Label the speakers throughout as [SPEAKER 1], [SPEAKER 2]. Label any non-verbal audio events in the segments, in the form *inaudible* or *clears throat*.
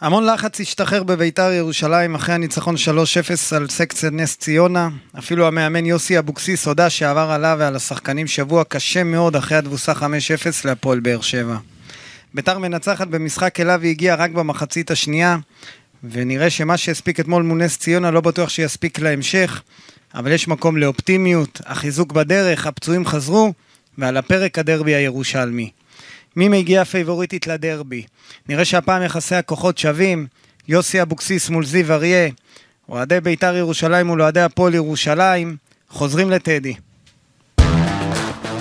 [SPEAKER 1] המון לחץ השתחרר בביתר ירושלים אחרי הניצחון 3-0 על סקציה נס ציונה. אפילו המאמן יוסי אבוקסיס הודה שעבר עליו ועל השחקנים שבוע קשה מאוד אחרי התבוסה 5-0 להפועל באר שבע. ביתר מנצחת במשחק אליו היא הגיעה רק במחצית השנייה, ונראה שמה שהספיק אתמול מול נס ציונה לא בטוח שיספיק להמשך, אבל יש מקום לאופטימיות, החיזוק בדרך, הפצועים חזרו, ועל הפרק הדרבי הירושלמי. מי מגיעה פייבוריטית לדרבי? נראה שהפעם יחסי הכוחות שווים, יוסי אבוקסיס מול זיו אריה, אוהדי בית"ר ירושלים מול אוהדי הפועל ירושלים, חוזרים לטדי.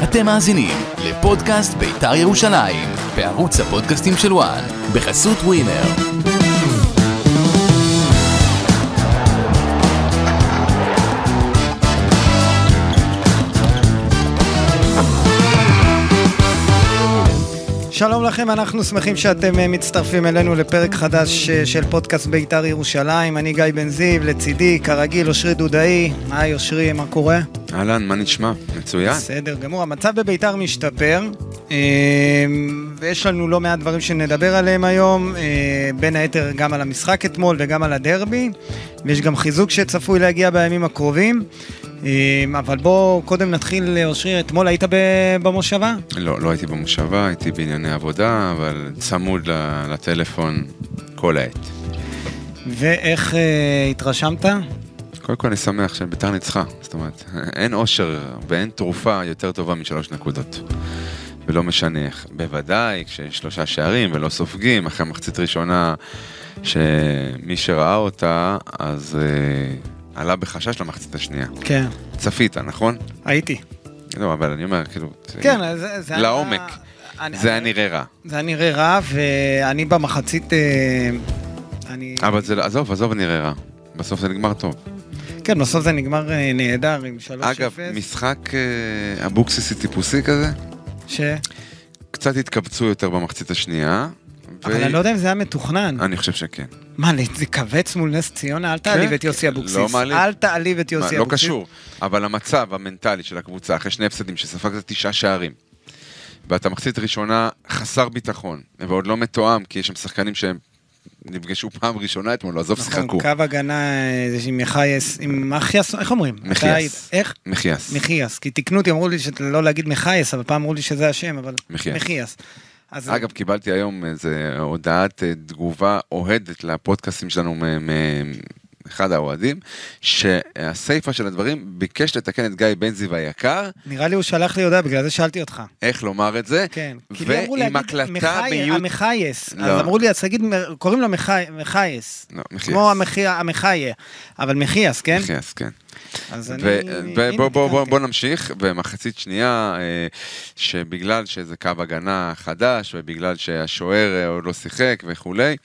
[SPEAKER 2] אתם מאזינים לפודקאסט בית"ר ירושלים, בערוץ הפודקאסטים של וואן, בחסות ווינר.
[SPEAKER 1] שלום לכם, אנחנו שמחים שאתם אה, מצטרפים אלינו לפרק חדש אה, של פודקאסט בית"ר ירושלים. אני גיא בן זיו, לצידי, כרגיל, אושרי דודאי. היי אושרי, מה קורה?
[SPEAKER 3] אהלן, מה נשמע? מצוין.
[SPEAKER 1] בסדר גמור, המצב בביתר משתפר, אה, ויש לנו לא מעט דברים שנדבר עליהם היום, אה, בין היתר גם על המשחק אתמול וגם על הדרבי, ויש גם חיזוק שצפוי להגיע בימים הקרובים, אה, אבל בואו קודם נתחיל, אה, אושרי, אתמול היית ב- במושבה?
[SPEAKER 3] לא, לא הייתי במושבה, הייתי בענייני עבודה, אבל צמוד ל- לטלפון כל העת.
[SPEAKER 1] ואיך אה, התרשמת?
[SPEAKER 3] קודם כל אני שמח שביתר ניצחה, זאת אומרת, אין אושר ואין תרופה יותר טובה משלוש נקודות. ולא משנה איך, בוודאי כשיש שלושה שערים ולא סופגים, אחרי מחצית ראשונה שמי שראה אותה, אז אה, עלה בחשש למחצית השנייה.
[SPEAKER 1] כן,
[SPEAKER 3] צפית, נכון?
[SPEAKER 1] הייתי.
[SPEAKER 3] לא, אבל אני אומר, כאילו,
[SPEAKER 1] כן, אז זה, זה היה-
[SPEAKER 3] לעומק.
[SPEAKER 1] אני-
[SPEAKER 3] זה היה
[SPEAKER 1] אני-
[SPEAKER 3] נראה רע.
[SPEAKER 1] זה היה נראה רע, ואני במחצית... אה, אני...
[SPEAKER 3] אבל זה, לא- עזוב, עזוב, נראה רע. בסוף זה נגמר טוב.
[SPEAKER 1] כן, בסוף זה נגמר אה, נהדר עם 3-0.
[SPEAKER 3] אגב, משחק אה, אבוקסיסי טיפוסי כזה,
[SPEAKER 1] ש...
[SPEAKER 3] קצת התקבצו יותר במחצית השנייה. ו-
[SPEAKER 1] אבל אני לא יודע אם זה היה מתוכנן.
[SPEAKER 3] אני חושב שכן.
[SPEAKER 1] מה, להתכווץ מול נס ציונה? אל תעליב את יוסי
[SPEAKER 3] לא
[SPEAKER 1] אבוקסיס.
[SPEAKER 3] מעליב.
[SPEAKER 1] אל תעליב את
[SPEAKER 3] מה,
[SPEAKER 1] יוסי
[SPEAKER 3] לא
[SPEAKER 1] אבוקסיס.
[SPEAKER 3] קשור, אבל המצב המנטלי של הקבוצה, אחרי שני הפסדים שספגת תשעה שערים, ואתה מחצית ראשונה חסר ביטחון, ועוד לא מתואם, כי יש שם שחקנים שהם נפגשו פעם ראשונה אתמול, לא עזוב, שיחקו.
[SPEAKER 1] נכון, קו הגנה אה, עם מחייס, עם מחייס, איך אומרים?
[SPEAKER 3] מחייס.
[SPEAKER 1] אתה היית- איך?
[SPEAKER 3] מחייס.
[SPEAKER 1] מחייס. כי תיקנו אותי, אמרו לי שלא להגיד מחייס, אבל פעם אמרו לי שזה השם, אבל...
[SPEAKER 3] מחייס.
[SPEAKER 1] מחייס. אז-
[SPEAKER 3] אגב, קיבלתי היום איזה הודעת אה, תגובה אוהדת לפודקאסים שלנו מאחד האוהדים, שהסיפה של הדברים ביקש לתקן את גיא בן זיו היקר,
[SPEAKER 1] נראה לי הוא שלח לי הודעה, בגלל זה שאלתי אותך.
[SPEAKER 3] איך לומר את זה,
[SPEAKER 1] כן. כי לי אמרו
[SPEAKER 3] ועם
[SPEAKER 1] להגיד
[SPEAKER 3] הקלטה
[SPEAKER 1] מחי-
[SPEAKER 3] ביוטיוב.
[SPEAKER 1] המחייס. אז
[SPEAKER 3] לא.
[SPEAKER 1] אמרו לי, אז תגיד, מ- קוראים לו מחי- מחייס.
[SPEAKER 3] לא, מחייס.
[SPEAKER 1] כמו המחי- המחיה. אבל מחייס, כן?
[SPEAKER 3] מחייס, כן.
[SPEAKER 1] אז אני... הנה, כן.
[SPEAKER 3] ובואו
[SPEAKER 1] תיקנתי.
[SPEAKER 3] נמשיך, במחצית שנייה, אה, שבגלל שזה קו הגנה חדש, ובגלל שהשוער אה, עוד לא שיחק וכולי,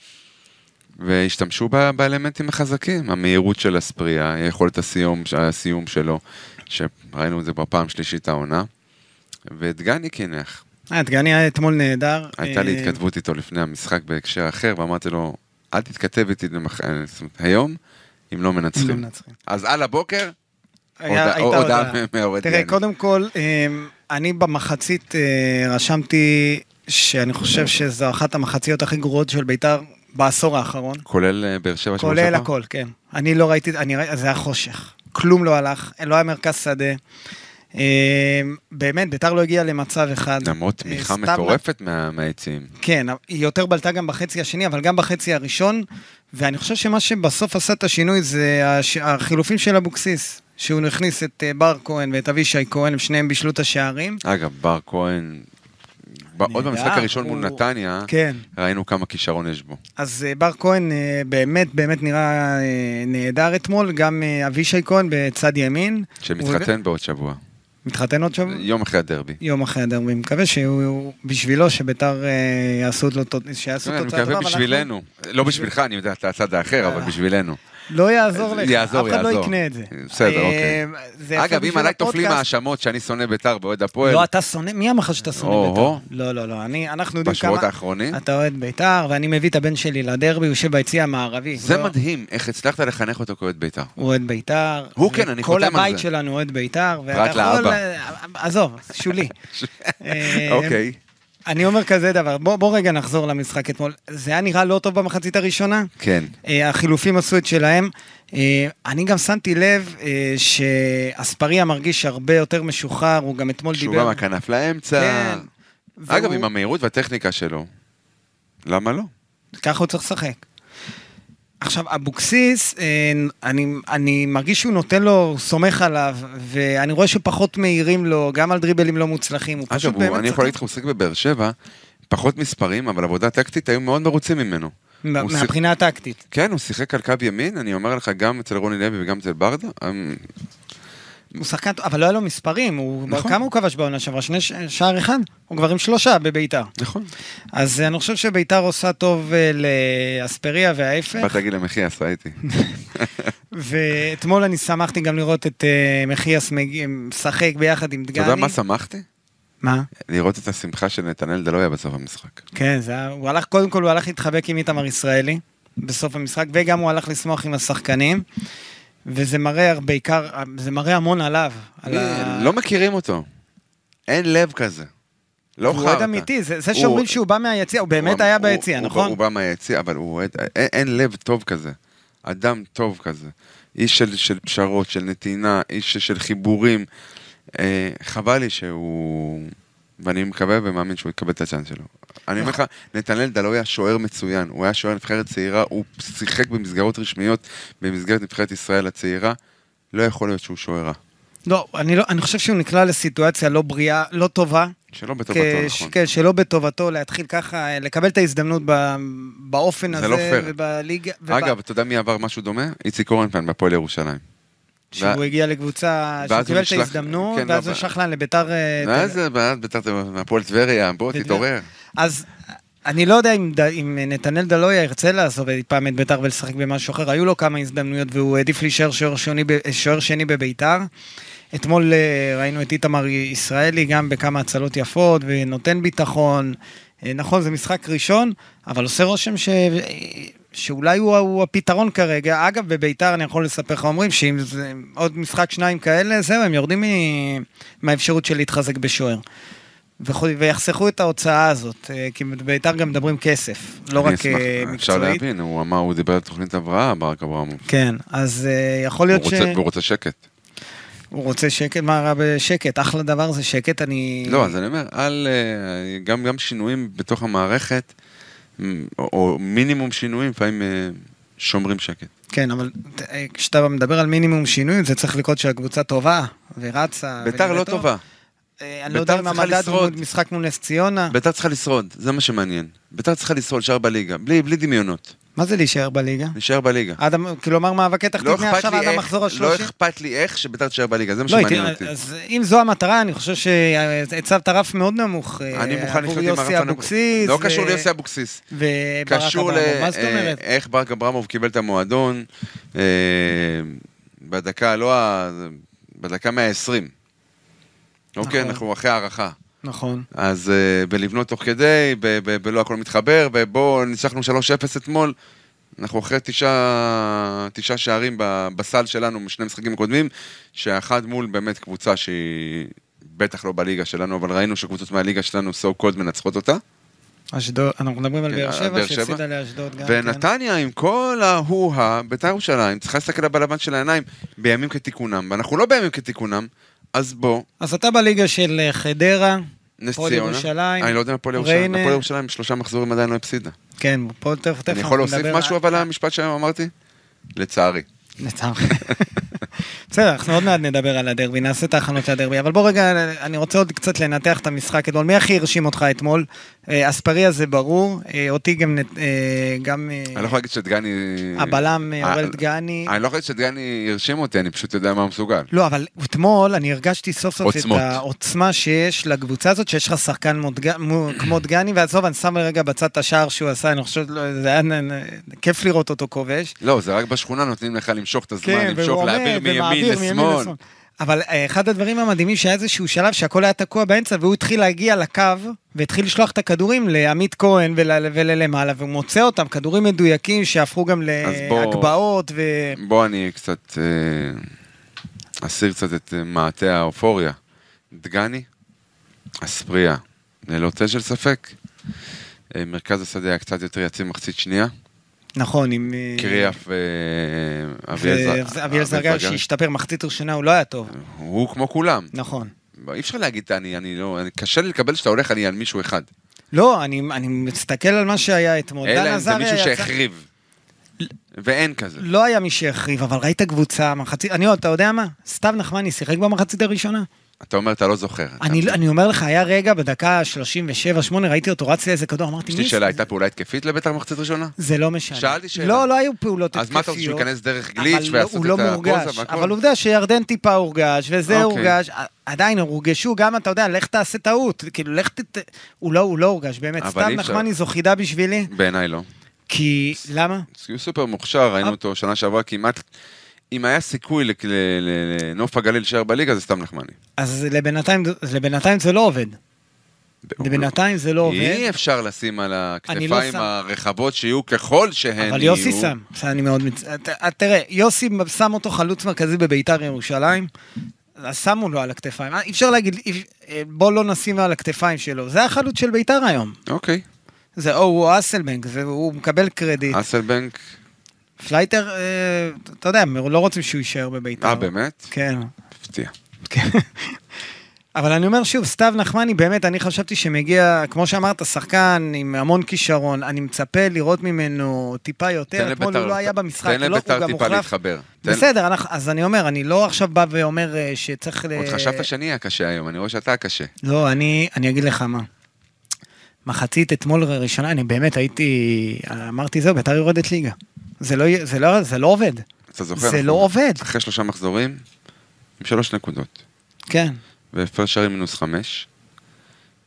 [SPEAKER 3] והשתמשו ב- באלמנטים החזקים, המהירות של הספריה, יכולת הסיום, הסיום שלו, שראינו את זה כבר פעם שלישית העונה, ואת גני קינח.
[SPEAKER 1] אה, דגני היה אתמול נהדר.
[SPEAKER 3] הייתה לי
[SPEAKER 1] אה,
[SPEAKER 3] התכתבות איתו לפני המשחק בהקשר אחר, ואמרתי לו, אל תתכתב איתי למח- אה, זאת אומרת, היום, אם לא
[SPEAKER 1] לא
[SPEAKER 3] מנצחים.
[SPEAKER 1] מנצחים.
[SPEAKER 3] אז על הבוקר,
[SPEAKER 1] היה-
[SPEAKER 3] הודעה-
[SPEAKER 1] הייתה
[SPEAKER 3] הודעה מהאוהד
[SPEAKER 1] תראה,
[SPEAKER 3] גני.
[SPEAKER 1] קודם כל, אה, אני במחצית אה, רשמתי שאני חושב שזו אחת המחציות הכי גרועות של בית"ר בעשור האחרון.
[SPEAKER 3] כולל אה, באר שבע שבוע
[SPEAKER 1] כולל
[SPEAKER 3] שעבר?
[SPEAKER 1] הכל, כן. אני לא ראיתי, אני ראיתי, זה היה חושך. כלום לא הלך, לא היה מרכז שדה. אה, באמת, ביתר לא הגיעה למצב אחד.
[SPEAKER 3] למרות
[SPEAKER 1] אה,
[SPEAKER 3] תמיכה
[SPEAKER 1] סתם-
[SPEAKER 3] מטורפת מה- מהיציעים.
[SPEAKER 1] כן, היא יותר בלטה גם בחצי השני, אבל גם בחצי הראשון, ואני חושב שמה שבסוף עשה את השינוי זה הש... החילופים של אבוקסיס, שהוא הכניס את אה, בר כהן ואת אבישי כהן, הם שניהם בישלו את השערים.
[SPEAKER 3] אגב, בר כהן, ב- עוד
[SPEAKER 1] נהדר,
[SPEAKER 3] במשחק הראשון מול
[SPEAKER 1] הוא-
[SPEAKER 3] נתניה,
[SPEAKER 1] כן.
[SPEAKER 3] ראינו כמה כישרון יש בו.
[SPEAKER 1] אז אה, בר כהן אה, באמת באמת נראה אה, נהדר אתמול, גם אה, אבישי כהן בצד ימין. הוא-
[SPEAKER 3] שמתחתן בעוד שבוע,
[SPEAKER 1] מתחתן עוד שבוע?
[SPEAKER 3] יום אחרי הדרבי.
[SPEAKER 1] יום אחרי הדרבי. מקווה שהוא, בשבילו, שביתר אה, יעשו לו תוצאה
[SPEAKER 3] לא,
[SPEAKER 1] טובה.
[SPEAKER 3] אני
[SPEAKER 1] אבל
[SPEAKER 3] מקווה
[SPEAKER 1] אנחנו- אה.
[SPEAKER 3] בשבילנו, לא בשבילך, אני יודע, אתה הצד האחר, אבל בשבילנו.
[SPEAKER 1] לא יעזור לך,
[SPEAKER 3] יעזור,
[SPEAKER 1] אף אחד לא
[SPEAKER 3] יעזור.
[SPEAKER 1] יקנה את זה.
[SPEAKER 3] בסדר,
[SPEAKER 1] אה,
[SPEAKER 3] אוקיי.
[SPEAKER 1] זה יפה
[SPEAKER 3] אגב, אם
[SPEAKER 1] בשביל
[SPEAKER 3] עליי תופלים
[SPEAKER 1] הפודקאסט.
[SPEAKER 3] האשמות שאני שונא בית"ר ואוהד הפועל,
[SPEAKER 1] לא, אתה שונא, מי אמר לך שאתה שונא
[SPEAKER 3] או-הו.
[SPEAKER 1] בית"ר? לא, לא, לא, אני, אנחנו יודעים כמה...
[SPEAKER 3] בשבועות האחרונים,
[SPEAKER 1] אתה אוהד בית"ר, ואני מביא את הבן שלי לדרבי, הוא יושב ביציע המערבי.
[SPEAKER 3] זה
[SPEAKER 1] לא,
[SPEAKER 3] מדהים איך הצלחת לחנך אותו כאוהד בית"ר.
[SPEAKER 1] הוא אוהד בית"ר.
[SPEAKER 3] הוא כן, אני חותם
[SPEAKER 1] כל
[SPEAKER 3] על
[SPEAKER 1] הבית
[SPEAKER 3] זה.
[SPEAKER 1] שלנו אוהד בית"ר. ואתה אה,
[SPEAKER 3] פרט
[SPEAKER 1] יכול-
[SPEAKER 3] לאבא.
[SPEAKER 1] אה, עזוב, שולי. אה,
[SPEAKER 3] *laughs* אוקיי.
[SPEAKER 1] אני אומר כזה דבר, בוא, בוא רגע נחזור למשחק אתמול. זה היה נראה לא טוב במחצית הראשונה?
[SPEAKER 3] כן.
[SPEAKER 1] אה, החילופים עשו את שלהם. אה, אני גם שמתי לב אה, שאספריה מרגיש הרבה יותר משוחרר, הוא גם אתמול
[SPEAKER 3] שהוא
[SPEAKER 1] דיבר.
[SPEAKER 3] גם הכנף לאמצע.
[SPEAKER 1] כן.
[SPEAKER 3] אגב,
[SPEAKER 1] והוא-
[SPEAKER 3] עם המהירות והטכניקה שלו. למה לא?
[SPEAKER 1] ככה הוא צריך לשחק. עכשיו, אבוקסיס, אה, אני, אני מרגיש שהוא נותן לו, הוא סומך עליו, ואני רואה שפחות מעירים לו, גם על דריבלים לא מוצלחים, הוא פשוט
[SPEAKER 3] אגב,
[SPEAKER 1] באמת...
[SPEAKER 3] הוא- אני
[SPEAKER 1] צריך-
[SPEAKER 3] יכול להגיד לך, הוא שיחק בבאר שבע, פחות מספרים, אבל עבודה טקטית, היו מאוד מרוצים ממנו.
[SPEAKER 1] מה-
[SPEAKER 3] הוא שיחק-
[SPEAKER 1] מהבחינה הטקטית.
[SPEAKER 3] כן, הוא שיחק על קו ימין, אני אומר לך, גם אצל רוני לוי וגם אצל ברדה. אמ,
[SPEAKER 1] הוא שחקן, טוב, אבל לא היה לו מספרים, הוא...
[SPEAKER 3] נכון.
[SPEAKER 1] כמה הוא כבש בעונה שעברה? שני ש- שער אחד? הוא כבר עם שלושה בביתר.
[SPEAKER 3] נכון.
[SPEAKER 1] אז אה, אני חושב שביתר עושה טוב אה, לאספריה
[SPEAKER 3] באת
[SPEAKER 1] וההפך,
[SPEAKER 3] להגיד להם, אחי, עשה איתי.
[SPEAKER 1] ואתמול אני שמחתי גם לראות את אה, מחיאס מג- משחק ביחד עם
[SPEAKER 3] אתה
[SPEAKER 1] דגני.
[SPEAKER 3] יודע מה שמחתי?
[SPEAKER 1] מה?
[SPEAKER 3] לראות את השמחה של נתנאל דלויה בסוף המשחק.
[SPEAKER 1] כן, זה היה, הוא הלך, קודם כל הוא הלך להתחבק עם איתמר ישראלי בסוף המשחק, וגם הוא הלך לשמוח עם השחקנים, וזה מראה הר- בעיקר, זה מראה המון עליו. על ה-
[SPEAKER 3] לא מכירים אותו. אין לב כזה. לא חרטא.
[SPEAKER 1] הוא אוהד אמיתי, זה, זה
[SPEAKER 3] הוא-
[SPEAKER 1] שאומרים שהוא בא מהיציע, הוא באמת
[SPEAKER 3] הוא-
[SPEAKER 1] היה
[SPEAKER 3] הוא-
[SPEAKER 1] ביציע,
[SPEAKER 3] הוא-
[SPEAKER 1] נכון?
[SPEAKER 3] הוא בא מהיציע, אבל הוא אוהד, אין- אין לב טוב כזה. אדם טוב כזה. איש של- של פשרות, של נתינה, איש של- של חיבורים. אה, חבל לי שהוא... ואני מקווה ומאמין שהוא יקבל את הצ'אנס שלו. אני אומר לך, נתנאל דלויה שוער מצוין, הוא היה שוער נבחרת צעירה, הוא שיחק במסגרות רשמיות, במסגרת נבחרת ישראל הצעירה, לא יכול להיות שהוא שוער רע.
[SPEAKER 1] לא, אני לא, אני חושב שהוא נקלע לסיטואציה לא בריאה, לא טובה.
[SPEAKER 3] שלא בטובתו,
[SPEAKER 1] כש-
[SPEAKER 3] נכון.
[SPEAKER 1] כן, שלא בטובתו להתחיל ככה, אה, לקבל את ההזדמנות ב- באופן
[SPEAKER 3] זה
[SPEAKER 1] הזה,
[SPEAKER 3] לא פייר.
[SPEAKER 1] ובליגה, וב-
[SPEAKER 3] אגב, אתה יודע מי עבר משהו דומה? איציק אורנפן בהפועל ירושלים.
[SPEAKER 1] שהוא הגיע לקבוצה,
[SPEAKER 3] ואז
[SPEAKER 1] שהוא
[SPEAKER 3] הוא
[SPEAKER 1] קיבל את
[SPEAKER 3] נשלח-
[SPEAKER 1] ההזדמנות,
[SPEAKER 3] כן,
[SPEAKER 1] ואז
[SPEAKER 3] לא,
[SPEAKER 1] הוא
[SPEAKER 3] ב-
[SPEAKER 1] שחלן לביתר... אה, תל-
[SPEAKER 3] ואז בעד בית"ר תל אביב, הפועל טבריה, בוא
[SPEAKER 1] בדיוק.
[SPEAKER 3] תתעורר.
[SPEAKER 1] אז אני לא יודע אם, ד- אם נתנאל דלויה ירצה לעזוב אי פעם את ביתר ולשחק במשהו אחר, היו לו כמה הזדמנויות והוא העדיף להישאר שוער שני, ב- שוער שני בביתר. אתמול אה, ראינו את איתמר ישראלי גם בכמה הצלות יפות ונותן ביטחון. אה, נכון, זה משחק ראשון, אבל עושה רושם ש... שאולי הוא, הוא הפתרון כרגע. אגב, בביתר אני יכול לספר לך, אומרים שאם זה עוד משחק שניים כאלה, זהו, הם יורדים מ... מהאפשרות של להתחזק בשוער. וכו- ויחסכו את ההוצאה הזאת, אה, כי בביתר גם מדברים כסף, לא
[SPEAKER 3] אני
[SPEAKER 1] רק
[SPEAKER 3] אשמח,
[SPEAKER 1] אה,
[SPEAKER 3] אפשר
[SPEAKER 1] מקצועית.
[SPEAKER 3] להבין, הוא אמר, הוא דיבר על תוכנית הבראה, ברק אברמוב.
[SPEAKER 1] כן, אז אה, יכול להיות
[SPEAKER 3] הוא
[SPEAKER 1] ש...
[SPEAKER 3] רוצה- הוא רוצה שקט.
[SPEAKER 1] הוא רוצה שקט, מה רע בשקט? אחלה דבר זה שקט, אני...
[SPEAKER 3] לא, אז אני אומר, על, אה, גם גם שינויים בתוך המערכת, מ- או- או מינימום שינויים, לפעמים אה, שומרים שקט.
[SPEAKER 1] כן, אבל ת- אה, כשאתה מדבר על מינימום שינוי, זה צריך לקרות שהקבוצה טובה, ורצה.
[SPEAKER 3] ביתר
[SPEAKER 1] ונראית
[SPEAKER 3] לא
[SPEAKER 1] טוב.
[SPEAKER 3] טובה,
[SPEAKER 1] אה, אני לא
[SPEAKER 3] ביתר
[SPEAKER 1] יודע אם
[SPEAKER 3] צריכה
[SPEAKER 1] המדד הוא
[SPEAKER 3] לשרוד.
[SPEAKER 1] משחק מול נס ציונה.
[SPEAKER 3] ביתר צריכה לשרוד, זה מה שמעניין. ביתר צריכה לשרוד, שער בליגה, בלי בלי דמיונות,
[SPEAKER 1] מה זה להישאר בליגה?
[SPEAKER 3] נשאר בליגה.
[SPEAKER 1] עד המ- כלומר מאבקי
[SPEAKER 3] לא
[SPEAKER 1] תחתית
[SPEAKER 3] אכפת
[SPEAKER 1] אה, מעכשיו עד
[SPEAKER 3] לי איך-
[SPEAKER 1] המחזור
[SPEAKER 3] לא
[SPEAKER 1] השלושים?
[SPEAKER 3] אכפת לי איך שביתר תישאר בליגה, זה מה
[SPEAKER 1] לא, הייתי-
[SPEAKER 3] שמעניין אותי.
[SPEAKER 1] אז אם זו המטרה, אני חושב שהצבת רף מאוד נמוך. אה,
[SPEAKER 3] אני מוכן לחיות עם
[SPEAKER 1] עבור יוסי
[SPEAKER 3] הרף הנמוך.
[SPEAKER 1] אבוקסיס. אה,
[SPEAKER 3] לא
[SPEAKER 1] ו-
[SPEAKER 3] קשור ליוסי אבוקסיס.
[SPEAKER 1] וברק
[SPEAKER 3] קשור ל...
[SPEAKER 1] אברמוב. מה זאת
[SPEAKER 3] אה,
[SPEAKER 1] אומרת?
[SPEAKER 3] איך ברק אברמוב קיבל את המועדון אה, בדקה, לא ה... בדקה 120. אוקיי,
[SPEAKER 1] נכון.
[SPEAKER 3] אנחנו אחרי הערכה.
[SPEAKER 1] נכון.
[SPEAKER 3] אז אה, בלבנות תוך כדי, ב- ב- בלא הכל מתחבר, ובואו ניצחנו 3-0 אתמול. אנחנו אחרי תשעה, תשעה שערים ב- בסל שלנו משני משחקים קודמים, שהאחד מול באמת קבוצה שהיא בטח לא בליגה שלנו, אבל ראינו שקבוצות מהליגה שלנו סו קולד מנצחות אותה.
[SPEAKER 1] אשדוד, אנחנו מדברים על
[SPEAKER 3] כן,
[SPEAKER 1] באר
[SPEAKER 3] על
[SPEAKER 1] שבע,
[SPEAKER 3] באר שבע.
[SPEAKER 1] שהפסידה לאשדוד גם. כן.
[SPEAKER 3] ונתניה עם כל ההוא-הא, בית"ר ירושלים, צריכה להסתכל לה בלבן של העיניים בימים כתיקונם, ואנחנו לא בימים כתיקונם, אז בוא,
[SPEAKER 1] כן. אז אתה בליגה של אה, חדרה,
[SPEAKER 3] נס
[SPEAKER 1] הפועל
[SPEAKER 3] ציונה.
[SPEAKER 1] ירושלים,
[SPEAKER 3] אני לא יודע אם הפועל ירושלים,
[SPEAKER 1] ריינה.
[SPEAKER 3] הפועל ירושלים שלושה מחזורים עדיין לא הפסידה.
[SPEAKER 1] כן, פה תכף תכף
[SPEAKER 3] אני יכול להוסיף
[SPEAKER 1] נדבר על-
[SPEAKER 3] משהו אבל למשפט שהיום אמרתי? לצערי.
[SPEAKER 1] לצערי. בסדר, אנחנו עוד מעט נדבר על הדרבי, נעשה את ההכנות של הדרבי, אבל בוא רגע, אני רוצה עוד קצת לנתח את המשחק אתמול. מי הכי הרשים אותך אתמול? אה, אספריה זה ברור, אה, אותי גם... נת- אה, גם אה,
[SPEAKER 3] אני לא יכול להגיד שדגני...
[SPEAKER 1] הבלם אה,
[SPEAKER 3] אה,
[SPEAKER 1] אורל דגני.
[SPEAKER 3] אני לא יכול להגיד שדגני הרשים אותי, אני פשוט יודע מה הוא מסוגל.
[SPEAKER 1] לא, אבל אתמול אני הרגשתי סוף סוף
[SPEAKER 3] עוצמות.
[SPEAKER 1] את העוצמה שיש לקבוצה הזאת, שיש לך שחקן מודג... מו-
[SPEAKER 3] *clears throat*
[SPEAKER 1] כמו דגני, ועזוב, אני שם רגע בצד את השער שהוא עשה, אני חושב, לא, זה היה נ- נ- כיף לראות אותו כובש.
[SPEAKER 3] לא, זה רק בשכונה נותנים לך למשוך את הזמן,
[SPEAKER 1] כן, והוא
[SPEAKER 3] למשוך,
[SPEAKER 1] עומד
[SPEAKER 3] להעביר מימין
[SPEAKER 1] ומעביר מימין
[SPEAKER 3] לשמאל.
[SPEAKER 1] לשמאל. אבל אה, אחד הדברים המדהימים שהיה איזשהו שלב שהכל היה תקוע באמצע והוא התחיל להגיע לקו והתחיל לשלוח את הכדורים לעמית כהן ול- וללמעלה והוא מוצא אותם, כדורים מדויקים שהפכו גם
[SPEAKER 3] אז בוא-
[SPEAKER 1] להגבהות ו...
[SPEAKER 3] בוא אני קצת אה, אסיר קצת את אה, מעטה האופוריה. דגני, אספריה, ללא צל של ספק. אה, מרכז השדה היה קצת יותר יציב מחצית שנייה.
[SPEAKER 1] נכון, עם... אה,
[SPEAKER 3] קריאף אה, ואביאל ז-
[SPEAKER 1] ואביאל זרגר שהשתפר מחצית ראשונה, הוא לא היה טוב.
[SPEAKER 3] הוא כמו כולם.
[SPEAKER 1] נכון.
[SPEAKER 3] אי אפשר להגיד, אני, אני לא, אני, קשה לי לקבל שאתה הולך אני על מישהו אחד.
[SPEAKER 1] לא, אני, אני מסתכל על מה שהיה אתמול. דן
[SPEAKER 3] אלא אם זה
[SPEAKER 1] עזריה
[SPEAKER 3] מישהו
[SPEAKER 1] יצא-
[SPEAKER 3] שהחריב. ואין כזה.
[SPEAKER 1] לא היה מי שהחריב, אבל ראית קבוצה, מחצית... אני, אתה יודע מה? סתיו נחמני שיחק במחצית הראשונה.
[SPEAKER 3] אתה אומר, אתה לא זוכר.
[SPEAKER 1] אני,
[SPEAKER 3] אתה-
[SPEAKER 1] אני אומר לך, היה רגע בדקה 37-8, ראיתי אותו רץ לאיזה כדור, אמרתי,
[SPEAKER 3] יש
[SPEAKER 1] מי זה?"
[SPEAKER 3] לי שאלה, הייתה פעולה התקפית לבית"ר מחצית ראשונה?
[SPEAKER 1] זה לא משנה.
[SPEAKER 3] שאלתי שאלה.
[SPEAKER 1] לא, לא היו פעולות התקפיות.
[SPEAKER 3] אז מה אתה רוצה, שהוא ייכנס דרך
[SPEAKER 1] אבל
[SPEAKER 3] גליץ'
[SPEAKER 1] לא-
[SPEAKER 3] ויעשות
[SPEAKER 1] הוא לא
[SPEAKER 3] את הקרוזה
[SPEAKER 1] מורגש,
[SPEAKER 3] והכל?
[SPEAKER 1] אבל עובדה שירדן טיפה הורגש, וזה
[SPEAKER 3] אוקיי.
[SPEAKER 1] הורגש. ע- עדיין הורגשו גם, אתה יודע, לך תעשה טעות. כאילו, לך ת... ת- הוא לא- הוא לא הורגש, באמת.
[SPEAKER 3] אבל
[SPEAKER 1] סתם
[SPEAKER 3] אי אפשר.
[SPEAKER 1] נחמני זו חידה בשבילי,
[SPEAKER 3] בעיניי לא.
[SPEAKER 1] כי... למה?
[SPEAKER 3] הוא סופר מוכשר, ראינו
[SPEAKER 1] אה.
[SPEAKER 3] אותו שנה שעברה כמעט... אם היה סיכוי לק- ל- ל- לנוף הגליל להישאר בליגה, זה סתם נחמני.
[SPEAKER 1] אז לבינתיים, אז לבינתיים זה לא עובד. לבינתיים זה לא
[SPEAKER 3] אוקיי. אי
[SPEAKER 1] עובד.
[SPEAKER 3] אפשר לשים על
[SPEAKER 1] לא
[SPEAKER 3] הכתפיים
[SPEAKER 1] שם.
[SPEAKER 3] הרחבות שיהיו ככל שהן יהיו.
[SPEAKER 1] אבל יוסי שם, אני מאוד מצ... אה, ת- ת- תראה, יוסי שם אותו חלוץ מרכזי בביתר ירושלים, אז שמו לו על הכתפיים. אה, אי אפשר להגיד, אי- אה, בוא לא נשים על הכתפיים שלו. זה החלוץ של ביתר היום.
[SPEAKER 3] אוקיי.
[SPEAKER 1] זה או הוא או אסלבנק, זה- הוא מקבל קרדיט.
[SPEAKER 3] אה. אסלבנק.
[SPEAKER 1] פלייטר, אה, אתה יודע, הם לא רוצים שהוא יישאר בביתר.
[SPEAKER 3] אה, באמת?
[SPEAKER 1] כן.
[SPEAKER 3] מפתיע.
[SPEAKER 1] כן. אבל אני אומר שוב, סתיו נחמני, באמת, אני חשבתי שמגיע, כמו שאמרת, שחקן עם המון כישרון, אני מצפה לראות ממנו טיפה יותר, אתמול הוא לא היה במשחק,
[SPEAKER 3] תן
[SPEAKER 1] לא, הוא
[SPEAKER 3] לביתר
[SPEAKER 1] גם
[SPEAKER 3] טיפה
[SPEAKER 1] הוחלף.
[SPEAKER 3] להתחבר. תן-
[SPEAKER 1] בסדר, אנחנו- אז אני אומר, אני לא עכשיו בא ואומר אה, שצריך... ל-
[SPEAKER 3] עוד חשבת שאני אהיה קשה היום, אני רואה שאתה קשה.
[SPEAKER 1] לא, אני, אני אגיד לך מה. מחצית אתמול ראשונה, אני באמת הייתי, אמרתי, זהו, ביתר יורדת ליגה. זה לא, יהיה- זה לא, זה לא עובד.
[SPEAKER 3] אתה זוכר?
[SPEAKER 1] זה
[SPEAKER 3] נכון?
[SPEAKER 1] לא עובד.
[SPEAKER 3] אחרי שלושה מחזורים, עם שלוש נקודות,
[SPEAKER 1] כן.
[SPEAKER 3] והפרש שערים מינוס חמש.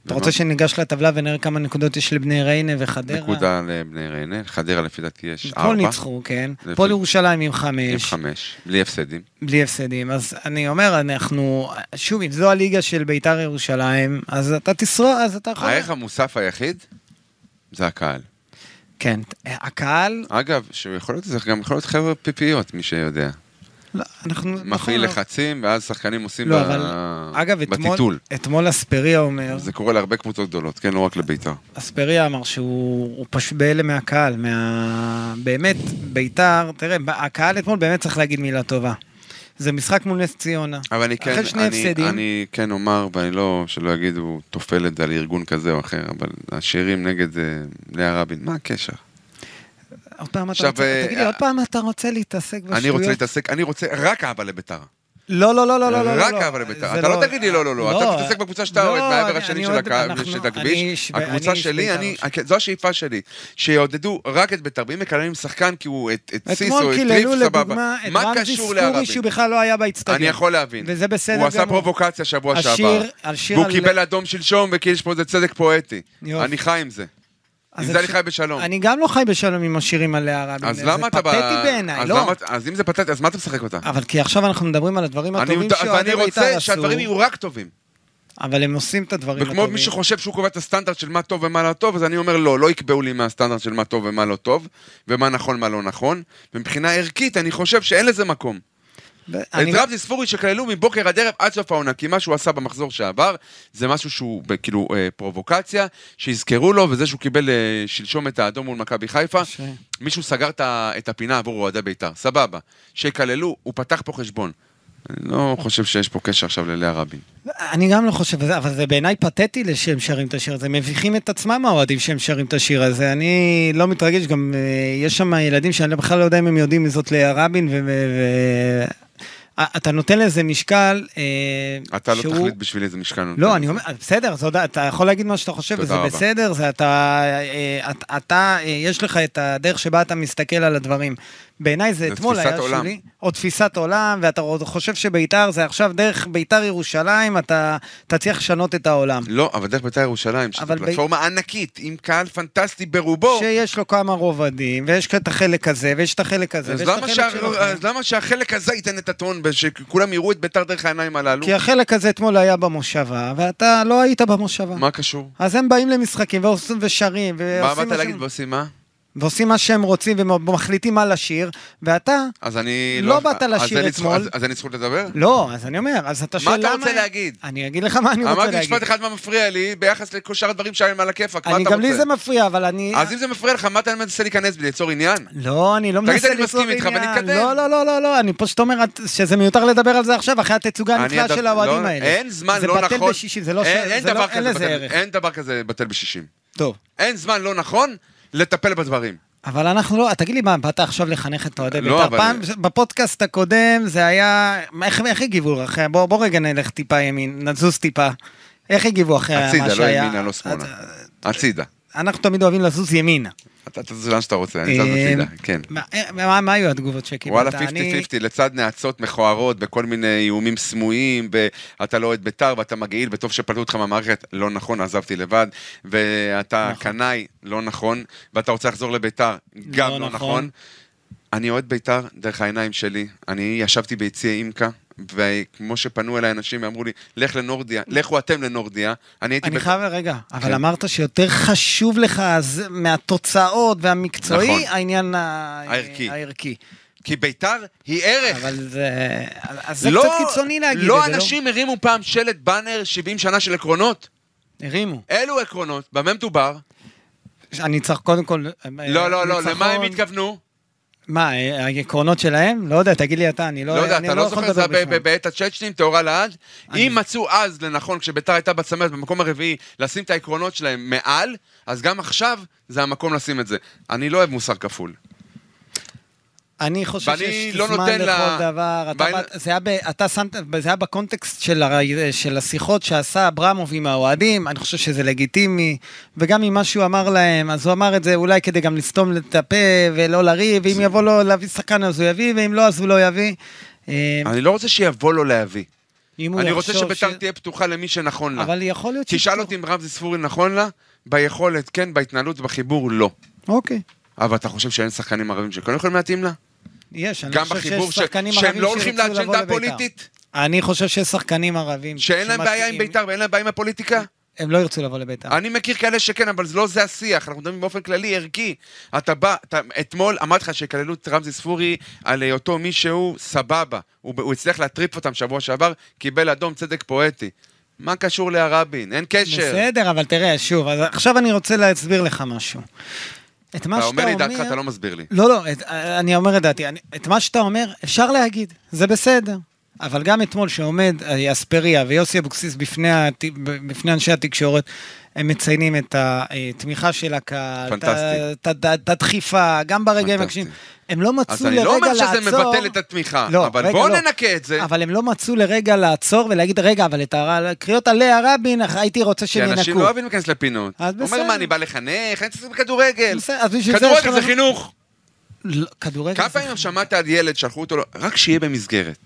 [SPEAKER 1] אתה
[SPEAKER 3] לא-
[SPEAKER 1] רוצה שניגש לטבלה ונראה כמה נקודות יש לבני ריינה וחדרה?
[SPEAKER 3] נקודה לבני ריינה, חדרה לפי דעתי יש ארבע.
[SPEAKER 1] אתמול ניצחו, כן.
[SPEAKER 3] זה
[SPEAKER 1] פועל
[SPEAKER 3] יפה.
[SPEAKER 1] ירושלים עם
[SPEAKER 3] עם
[SPEAKER 1] חמש,
[SPEAKER 3] חמש, בלי הפסדים.
[SPEAKER 1] בלי הפסדים. אז אני אומר, אנחנו, שוב, אם זו הליגה של ביתר ירושלים, אז אתה תשרוד, אז אתה יכול...
[SPEAKER 3] הערך המוסף היחיד זה הקהל.
[SPEAKER 1] כן. הקהל,
[SPEAKER 3] אגב, שיכול להיות, זה גם יכול להיות חבר'ה פיפיות, מי שיודע.
[SPEAKER 1] לא, אנחנו...
[SPEAKER 3] מפעיל
[SPEAKER 1] נכון,
[SPEAKER 3] לחצים, ואז שחקנים עושים
[SPEAKER 1] לא,
[SPEAKER 3] ב-
[SPEAKER 1] אבל... אגב, אתמול,
[SPEAKER 3] בטיטול.
[SPEAKER 1] אתמול אספריה אומר,
[SPEAKER 3] זה קורה להרבה קבוצות גדולות, כן, לא רק לביתר.
[SPEAKER 1] אספריה אמר שהוא הוא פשוט בהלם מהקהל, מה... באמת, ביתר, תראה, ב- הקהל אתמול באמת צריך להגיד מילה טובה. זה משחק מול נס ציונה.
[SPEAKER 3] אבל אני כן,
[SPEAKER 1] אחרי שני
[SPEAKER 3] אני,
[SPEAKER 1] הפסדים.
[SPEAKER 3] אני כן אומר, ואני לא, שלא יגידו תופלת על ארגון כזה או אחר, אבל השאירים נגד אה, לאה רבין, מה הקשר?
[SPEAKER 1] עוד פעם אתה
[SPEAKER 3] עכשיו,
[SPEAKER 1] רוצה,
[SPEAKER 3] אה,
[SPEAKER 1] תגיד לי, עוד פעם אתה רוצה להתעסק בשטויות?
[SPEAKER 3] אני רוצה להתעסק, אני רוצה רק אהבה לביתר.
[SPEAKER 1] לא, לא, לא, לא, לא, לא.
[SPEAKER 3] רק
[SPEAKER 1] לא.
[SPEAKER 3] אהבה לביתר.
[SPEAKER 1] זה
[SPEAKER 3] אתה לא תגיד לי לא, לא, לא, אתה תתעסק בקבוצה שאתה
[SPEAKER 1] לא,
[SPEAKER 3] אוהד, מהעבר
[SPEAKER 1] אני-
[SPEAKER 3] השני
[SPEAKER 1] אני
[SPEAKER 3] של
[SPEAKER 1] אוהד-
[SPEAKER 3] הקהל,
[SPEAKER 1] אנחנו- אני
[SPEAKER 3] שתגביש.
[SPEAKER 1] איש-
[SPEAKER 3] הקבוצה
[SPEAKER 1] אני איש
[SPEAKER 3] שלי,
[SPEAKER 1] בית"ר
[SPEAKER 3] אני- אוקיי,
[SPEAKER 1] עכשיו.
[SPEAKER 3] זו השאיפה שלי, שיעודדו רק את ביתר, ואם מקללים שחקן כי הוא את את סיס או
[SPEAKER 1] אתמול
[SPEAKER 3] את ריף,
[SPEAKER 1] קיללו
[SPEAKER 3] סבבה.
[SPEAKER 1] כאילו לדוגמה את
[SPEAKER 3] מה
[SPEAKER 1] רמזי
[SPEAKER 3] קשור
[SPEAKER 1] ספורי
[SPEAKER 3] לערבים?
[SPEAKER 1] שהוא בכלל לא היה באיצטדיון.
[SPEAKER 3] אני יכול להבין.
[SPEAKER 1] וזה בסדר
[SPEAKER 3] הוא עשה
[SPEAKER 1] גמור.
[SPEAKER 3] פרובוקציה שבוע
[SPEAKER 1] השיר-
[SPEAKER 3] שעבר.
[SPEAKER 1] השיר
[SPEAKER 3] והוא
[SPEAKER 1] על-
[SPEAKER 3] קיבל אדום שלשום, וכאילו יש פה איזה צדק פואטי.
[SPEAKER 1] יופי.
[SPEAKER 3] אני חי עם זה. עם
[SPEAKER 1] אז
[SPEAKER 3] זה אני
[SPEAKER 1] אפשר-
[SPEAKER 3] חי בשלום.
[SPEAKER 1] אני גם לא חי בשלום עם השירים על לאה רבין.
[SPEAKER 3] אז למה אתה...
[SPEAKER 1] זה
[SPEAKER 3] ב-
[SPEAKER 1] פתטי בעיניי,
[SPEAKER 3] אז
[SPEAKER 1] לא.
[SPEAKER 3] למה- אז אם זה פתטי, אז מה אתה משחק אותה?
[SPEAKER 1] אבל כי עכשיו אנחנו מדברים על הדברים
[SPEAKER 3] אני-
[SPEAKER 1] הטובים
[SPEAKER 3] אז אני
[SPEAKER 1] שאוהדי בית"ר
[SPEAKER 3] רוצה
[SPEAKER 1] עשו,
[SPEAKER 3] שהדברים יהיו רק טובים.
[SPEAKER 1] אבל הם עושים את הדברים הטובים.
[SPEAKER 3] וכמו מי שחושב שהוא קובע את הסטנדרט של מה טוב ומה לא טוב, אז אני אומר לא, לא יקבעו לי מהסטנדרט של מה טוב ומה לא טוב, ומה נכון ומה לא נכון, ומבחינה ערכית אני חושב שאין לזה מקום.
[SPEAKER 1] ואני-
[SPEAKER 3] את רבזי ספורי שכללו מבוקר עד ערב עד סוף העונה, כי מה שהוא עשה במחזור שעבר, זה משהו שהוא ב- כאילו אה, פרובוקציה, שיזכרו לו, וזה שהוא קיבל אה, שלשום את האדום מול מכבי חיפה,
[SPEAKER 1] ש-
[SPEAKER 3] מישהו סגר את ה- את הפינה עבור אוהדי בית"ר, סבבה. שכללו, הוא פתח פה חשבון. אני לא חושב שיש פה קשר עכשיו ללאה רבין.
[SPEAKER 1] אני גם לא חושב, על זה, אבל זה בעיניי פתטי שהם שרים את השיר הזה, מביכים את עצמם האוהדים שהם שרים את השיר הזה, אני לא מתרגש, גם אה, יש שם ילדים שאני בכלל לא יודע אם הם יודעים מי זאת לאה רבין, ו... ו- ו- אה, אתה נותן לזה משקל אה,
[SPEAKER 3] אתה לא תחליט בשביל איזה משכן. הוא
[SPEAKER 1] לא,
[SPEAKER 3] נותן
[SPEAKER 1] אני
[SPEAKER 3] לזה.
[SPEAKER 1] אומר, בסדר, זו, דע- אתה יכול להגיד מה שאתה חושב,
[SPEAKER 3] תודה
[SPEAKER 1] וזה
[SPEAKER 3] רבה.
[SPEAKER 1] בסדר, זה אתה, אה, את- אתה, אה, יש לך את הדרך שבה אתה מסתכל על הדברים. בעיניי זה
[SPEAKER 3] זה
[SPEAKER 1] אתמול
[SPEAKER 3] תפיסת
[SPEAKER 1] היה
[SPEAKER 3] עולם.
[SPEAKER 1] שולי, או תפיסת עולם, ואתה עוד חושב שביתר זה עכשיו דרך ביתר ירושלים, אתה תצליח לשנות את העולם.
[SPEAKER 3] לא, אבל דרך בית"ר ירושלים, שזו
[SPEAKER 1] אבל ב-
[SPEAKER 3] פלטפורמה ענקית, עם קהל פנטסטי ברובו,
[SPEAKER 1] שיש לו כמה רובדים, ויש את החלק הזה, ויש את החלק הזה,
[SPEAKER 3] אז
[SPEAKER 1] ויש את
[SPEAKER 3] למה שה-
[SPEAKER 1] החלק שלו.
[SPEAKER 3] אז למה שהחלק הזה ייתן את הטון, שכולם יראו את בית"ר דרך העיניים הללו?
[SPEAKER 1] כי החלק הזה אתמול היה במושבה, ואתה לא היית במושבה.
[SPEAKER 3] מה קשור?
[SPEAKER 1] אז הם באים למשחקים ועושים ושרים,
[SPEAKER 3] מה
[SPEAKER 1] ועושים
[SPEAKER 3] באת
[SPEAKER 1] אה, מה
[SPEAKER 3] להגיד
[SPEAKER 1] שהם-
[SPEAKER 3] ועושים אה? מה?
[SPEAKER 1] ועושים מה שהם רוצים ומחליטים מה לשיר, ואתה...
[SPEAKER 3] אז אני...
[SPEAKER 1] לא באת
[SPEAKER 3] אז
[SPEAKER 1] לשיר
[SPEAKER 3] אין לי זכות-
[SPEAKER 1] אתמול.
[SPEAKER 3] אז- אז אין לי זכות לדבר?
[SPEAKER 1] לא, אז אני אומר, אז אתה
[SPEAKER 3] מה
[SPEAKER 1] שואל
[SPEAKER 3] אתה
[SPEAKER 1] למה...
[SPEAKER 3] רוצה להגיד?
[SPEAKER 1] אני אגיד לך מה אני רוצה
[SPEAKER 3] אמרתי
[SPEAKER 1] להגיד.
[SPEAKER 3] משפט אחד מה מפריע לי ביחס לכל שאר הדברים שהם על הכיפאק, מה
[SPEAKER 1] אני
[SPEAKER 3] אתה
[SPEAKER 1] גם לי
[SPEAKER 3] רוצה?
[SPEAKER 1] זה מפריע, אבל אני...
[SPEAKER 3] אז אם זה מפריע לך, מה אתה מנסה להיכנס בלי ליצור עניין?
[SPEAKER 1] לא, אני לא
[SPEAKER 3] תגיד,
[SPEAKER 1] מנסה
[SPEAKER 3] אני מסכים איתך, ונתקדם.
[SPEAKER 1] לא, לא, לא, לא, לא, אני פשוט אומר את- שזה מיותר לדבר על זה עכשיו, אחרי התצוגה
[SPEAKER 3] אני
[SPEAKER 1] הנפלאה
[SPEAKER 3] אדם-
[SPEAKER 1] של האוהדים
[SPEAKER 3] לא,
[SPEAKER 1] האלה.
[SPEAKER 3] אין זמן לא נכון.
[SPEAKER 1] זה בטל בשישים, זה לא... ש-
[SPEAKER 3] אין- אין
[SPEAKER 1] זה לא-
[SPEAKER 3] דבר
[SPEAKER 1] אין
[SPEAKER 3] כזה
[SPEAKER 1] לזה
[SPEAKER 3] בטל-
[SPEAKER 1] ערך.
[SPEAKER 3] אין דבר כזה בטל בשישים.
[SPEAKER 1] טוב.
[SPEAKER 3] אין זמן לא נכון לטפל בדברים.
[SPEAKER 1] אבל אנחנו לא, תגיד לי מה, באת עכשיו לחנך את אוהדי
[SPEAKER 3] לא,
[SPEAKER 1] בית"ר?
[SPEAKER 3] אבל-
[SPEAKER 1] פעם, בפודקאסט הקודם זה היה, איך, איך הגיבו אחרי, בוא, בוא רגע נלך טיפה ימין, נזוז טיפה. איך הגיבו אחרי מה שהיה?
[SPEAKER 3] הצידה, לא ימינה, לא שמאלה.
[SPEAKER 1] אז, אה,
[SPEAKER 3] הצידה.
[SPEAKER 1] אנחנו תמיד אוהבים לזוז ימינה.
[SPEAKER 3] אתה תזוז לאן שאתה רוצה, אני זז
[SPEAKER 1] אה,
[SPEAKER 3] הצידה, כן.
[SPEAKER 1] מה, אה, מה, מה היו התגובות שקיבלת?
[SPEAKER 3] וואלה, 50-50,
[SPEAKER 1] אני-
[SPEAKER 3] לצד נאצות מכוערות בכל מיני איומים סמויים, ואתה לא אוהד בית"ר ואתה מגעיל, וטוב שפלטו אותך מהמערכת, לא נכון, עזבתי לבד, ואתה קנאי, לא נכון, ואתה רוצה לחזור לבית"ר, גם
[SPEAKER 1] לא
[SPEAKER 3] לא
[SPEAKER 1] נכון.
[SPEAKER 3] נכון. אני אוהד בית"ר דרך העיניים שלי, אני ישבתי ביציע אימקה. וכמו שפנו אליי אנשים ואמרו לי, לך לנורדיה, לכו אתם לנורדיה, אני הייתי...
[SPEAKER 1] אני
[SPEAKER 3] בט-
[SPEAKER 1] חייב, רגע, אבל
[SPEAKER 3] כן.
[SPEAKER 1] אמרת שיותר חשוב לך אז מהתוצאות והמקצועי,
[SPEAKER 3] נכון.
[SPEAKER 1] העניין ה-
[SPEAKER 3] הערכי.
[SPEAKER 1] הערכי.
[SPEAKER 3] כי בית"ר היא ערך.
[SPEAKER 1] אבל זה, אז זה קצת קיצוני להגיד את זה,
[SPEAKER 3] לא אנשים הרימו פעם שלט באנר 70 שנה של עקרונות.
[SPEAKER 1] הרימו.
[SPEAKER 3] אילו עקרונות? במה מדובר?
[SPEAKER 1] אני צריך קודם כל...
[SPEAKER 3] לא, לא, לא, למה הם
[SPEAKER 1] התכוונו?
[SPEAKER 3] התכוונו?
[SPEAKER 1] מה, אה, העקרונות שלהם? לא יודע, תגיד לי אתה, אני לא
[SPEAKER 3] לא יודע,
[SPEAKER 1] אני
[SPEAKER 3] אתה לא
[SPEAKER 1] יכול
[SPEAKER 3] זוכר את זה
[SPEAKER 1] לדבר
[SPEAKER 3] היה ב-
[SPEAKER 1] בשמם.
[SPEAKER 3] ב- בעת הצ'צ'נים, טהורה לעד?
[SPEAKER 1] אני-
[SPEAKER 3] אם מצאו אז לנכון, כשביתר הייתה בצמרת במקום הרביעי, לשים את העקרונות שלהם מעל, אז גם עכשיו זה המקום לשים את זה. אני לא אוהב מוסר כפול.
[SPEAKER 1] אני חושב
[SPEAKER 3] ואני
[SPEAKER 1] שיש
[SPEAKER 3] לא
[SPEAKER 1] זמן
[SPEAKER 3] נותן
[SPEAKER 1] לכל
[SPEAKER 3] לה-
[SPEAKER 1] דבר. אתה
[SPEAKER 3] ואני-
[SPEAKER 1] באת- זה היה ב- אתה שמת, זה היה בקונטקסט של הר- של השיחות שעשה אברמוב עם האוהדים, אני חושב שזה לגיטימי, וגם עם מה שהוא אמר להם, אז הוא אמר את זה אולי כדי גם לסתום את הפה ולא לריב, ואם יבוא לו להביא שחקן אז הוא יביא, ואם לא אז הוא לא יביא. אה,
[SPEAKER 3] אני לא רוצה שיבוא לו להביא.
[SPEAKER 1] אם הוא
[SPEAKER 3] אני רוצה
[SPEAKER 1] יחשוב
[SPEAKER 3] שביתר
[SPEAKER 1] ש-
[SPEAKER 3] תהיה פתוחה למי שנכון לה.
[SPEAKER 1] אבל יכול להיות
[SPEAKER 3] תשאל
[SPEAKER 1] שיפתחו.
[SPEAKER 3] אותי אם רמזי ספורי נכון לה, ביכולת כן, בהתנהלות, בחיבור לא.
[SPEAKER 1] אוקיי.
[SPEAKER 3] אבל אתה חושב שאין שחקנים ערבים שכן יכולים להתאים לה?
[SPEAKER 1] יש, אני
[SPEAKER 3] גם
[SPEAKER 1] חושב
[SPEAKER 3] בחיבור
[SPEAKER 1] שיש
[SPEAKER 3] ש-
[SPEAKER 1] שחקנים
[SPEAKER 3] שהם
[SPEAKER 1] ערבים
[SPEAKER 3] לא הולכים
[SPEAKER 1] שירצו לבוא
[SPEAKER 3] לאג'נדה
[SPEAKER 1] לבית"ר.
[SPEAKER 3] הפוליטית?
[SPEAKER 1] אני חושב שיש שחקנים ערבים.
[SPEAKER 3] שאין להם בעיה עם
[SPEAKER 1] שמתאים,
[SPEAKER 3] בית"ר ואין להם בעיה עם הפוליטיקה?
[SPEAKER 1] הם לא ירצו לבוא לביתר.
[SPEAKER 3] אני מכיר כאלה שכן, אבל זה לא זה השיח, אנחנו מדברים באופן כללי, ערכי. אתה בא, אתה, אתמול אמרתי לך שכללו את רמזי ספורי על היותו מישהו סבבה. הוא, הוא הצליח להטריף אותם שבוע שעבר, קיבל אדום צדק פואטי. מה קשור לרבין? אין קשר.
[SPEAKER 1] בסדר, אבל תראה, שוב, אז עכשיו אני רוצה להסביר לך משהו. את מה
[SPEAKER 3] אתה
[SPEAKER 1] שאתה
[SPEAKER 3] אומר
[SPEAKER 1] אומר...
[SPEAKER 3] לי דעתך, אתה לא מסביר לי.
[SPEAKER 1] לא, לא, את, אני אומר את דעתי. אני, את מה שאתה אומר, אפשר להגיד, זה בסדר. אבל גם אתמול, שעומד אה, אספריה ויוסי אבוקסיס בפני, הת- בפני אנשי התקשורת, הם מציינים את התמיכה של הקהל, את ה-
[SPEAKER 3] פנטסטי.
[SPEAKER 1] את ה- את הדחיפה, גם ברגעים
[SPEAKER 3] פנטסטי.
[SPEAKER 1] הקשים. הם לא מצאו
[SPEAKER 3] אז אני
[SPEAKER 1] לרגע
[SPEAKER 3] לא
[SPEAKER 1] לעצור...
[SPEAKER 3] אומר שזה מבטל את התמיכה,
[SPEAKER 1] לא,
[SPEAKER 3] אבל
[SPEAKER 1] רגע,
[SPEAKER 3] בואו
[SPEAKER 1] לא.
[SPEAKER 3] ננקה את זה.
[SPEAKER 1] אבל הם לא מצאו לרגע לעצור ולהגיד, רגע, אבל את הקריאות עליה רבין, הייתי רוצה שהם
[SPEAKER 3] כי
[SPEAKER 1] ינקו.
[SPEAKER 3] אנשים לא אוהבים להיכנס לפינות.
[SPEAKER 1] אז
[SPEAKER 3] אומר,
[SPEAKER 1] בסדר.
[SPEAKER 3] מה, אני בא לחנך? אני צריך כדורגל.
[SPEAKER 1] בסדר, אז בשביל זה יש
[SPEAKER 3] כדורגל
[SPEAKER 1] לך-
[SPEAKER 3] זה חינוך.
[SPEAKER 1] לא, כדורגל...
[SPEAKER 3] כמה
[SPEAKER 1] זה-
[SPEAKER 3] פעמים שמעת על ילד, שלחו אותו, לו- רק שיהיה במסגרת.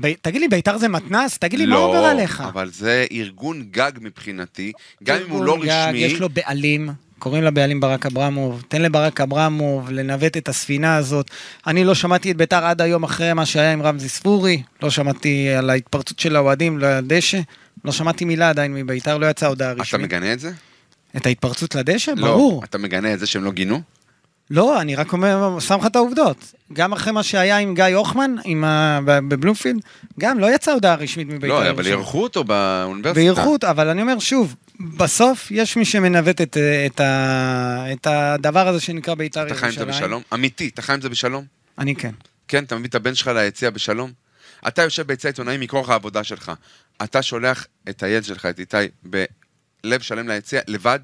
[SPEAKER 1] ב... תגיד לי, בית"ר זה מתנ"ס? תגיד לי, מה עובר עליך?
[SPEAKER 3] לא, אבל זה ארגון גג מבחינתי, גם אם הוא לא
[SPEAKER 1] ארגון גג,
[SPEAKER 3] רשמי.
[SPEAKER 1] יש לו בעלים. קוראים לבעלים ברק אברמוב, תן לברק אברמוב לנווט את הספינה הזאת. אני לא שמעתי את ביתר עד היום אחרי מה שהיה עם רמזי ספורי, לא שמעתי על ההתפרצות של האוהדים לדשא, לא שמעתי מילה עדיין מביתר, לא יצאה הודעה
[SPEAKER 3] אתה
[SPEAKER 1] רשמית.
[SPEAKER 3] מגנה את זה?
[SPEAKER 1] את ההתפרצות לדשא?
[SPEAKER 3] לא.
[SPEAKER 1] כן, ברור.
[SPEAKER 3] אתה מגנה את זה שהם לא גינו?
[SPEAKER 1] לא, אני רק אומר, שם לך את העובדות. גם אחרי מה שהיה עם גיא הוחמן, עם ה... ב- בבלומפילד, גם לא יצאה הודעה רשמית מביתר.
[SPEAKER 3] לא, אבל
[SPEAKER 1] ירושלים.
[SPEAKER 3] אירחו אותו באוניברסיטה.
[SPEAKER 1] באיכות, אבל אני אומר שוב, בסוף יש מי שמנווט את, את, ה, את הדבר הזה שנקרא בית"ר
[SPEAKER 3] אתה
[SPEAKER 1] ירושלים.
[SPEAKER 3] חי עם זה בשלום? אמיתי, אתה חי עם זה בשלום?
[SPEAKER 1] אני כן.
[SPEAKER 3] כן, אתה מביא את הבן שלך ליציע בשלום? אתה יושב ביציע עיתונאים מכורח העבודה שלך. אתה שולח את הילד שלך, את איתי, בלב שלם ליציע, לבד?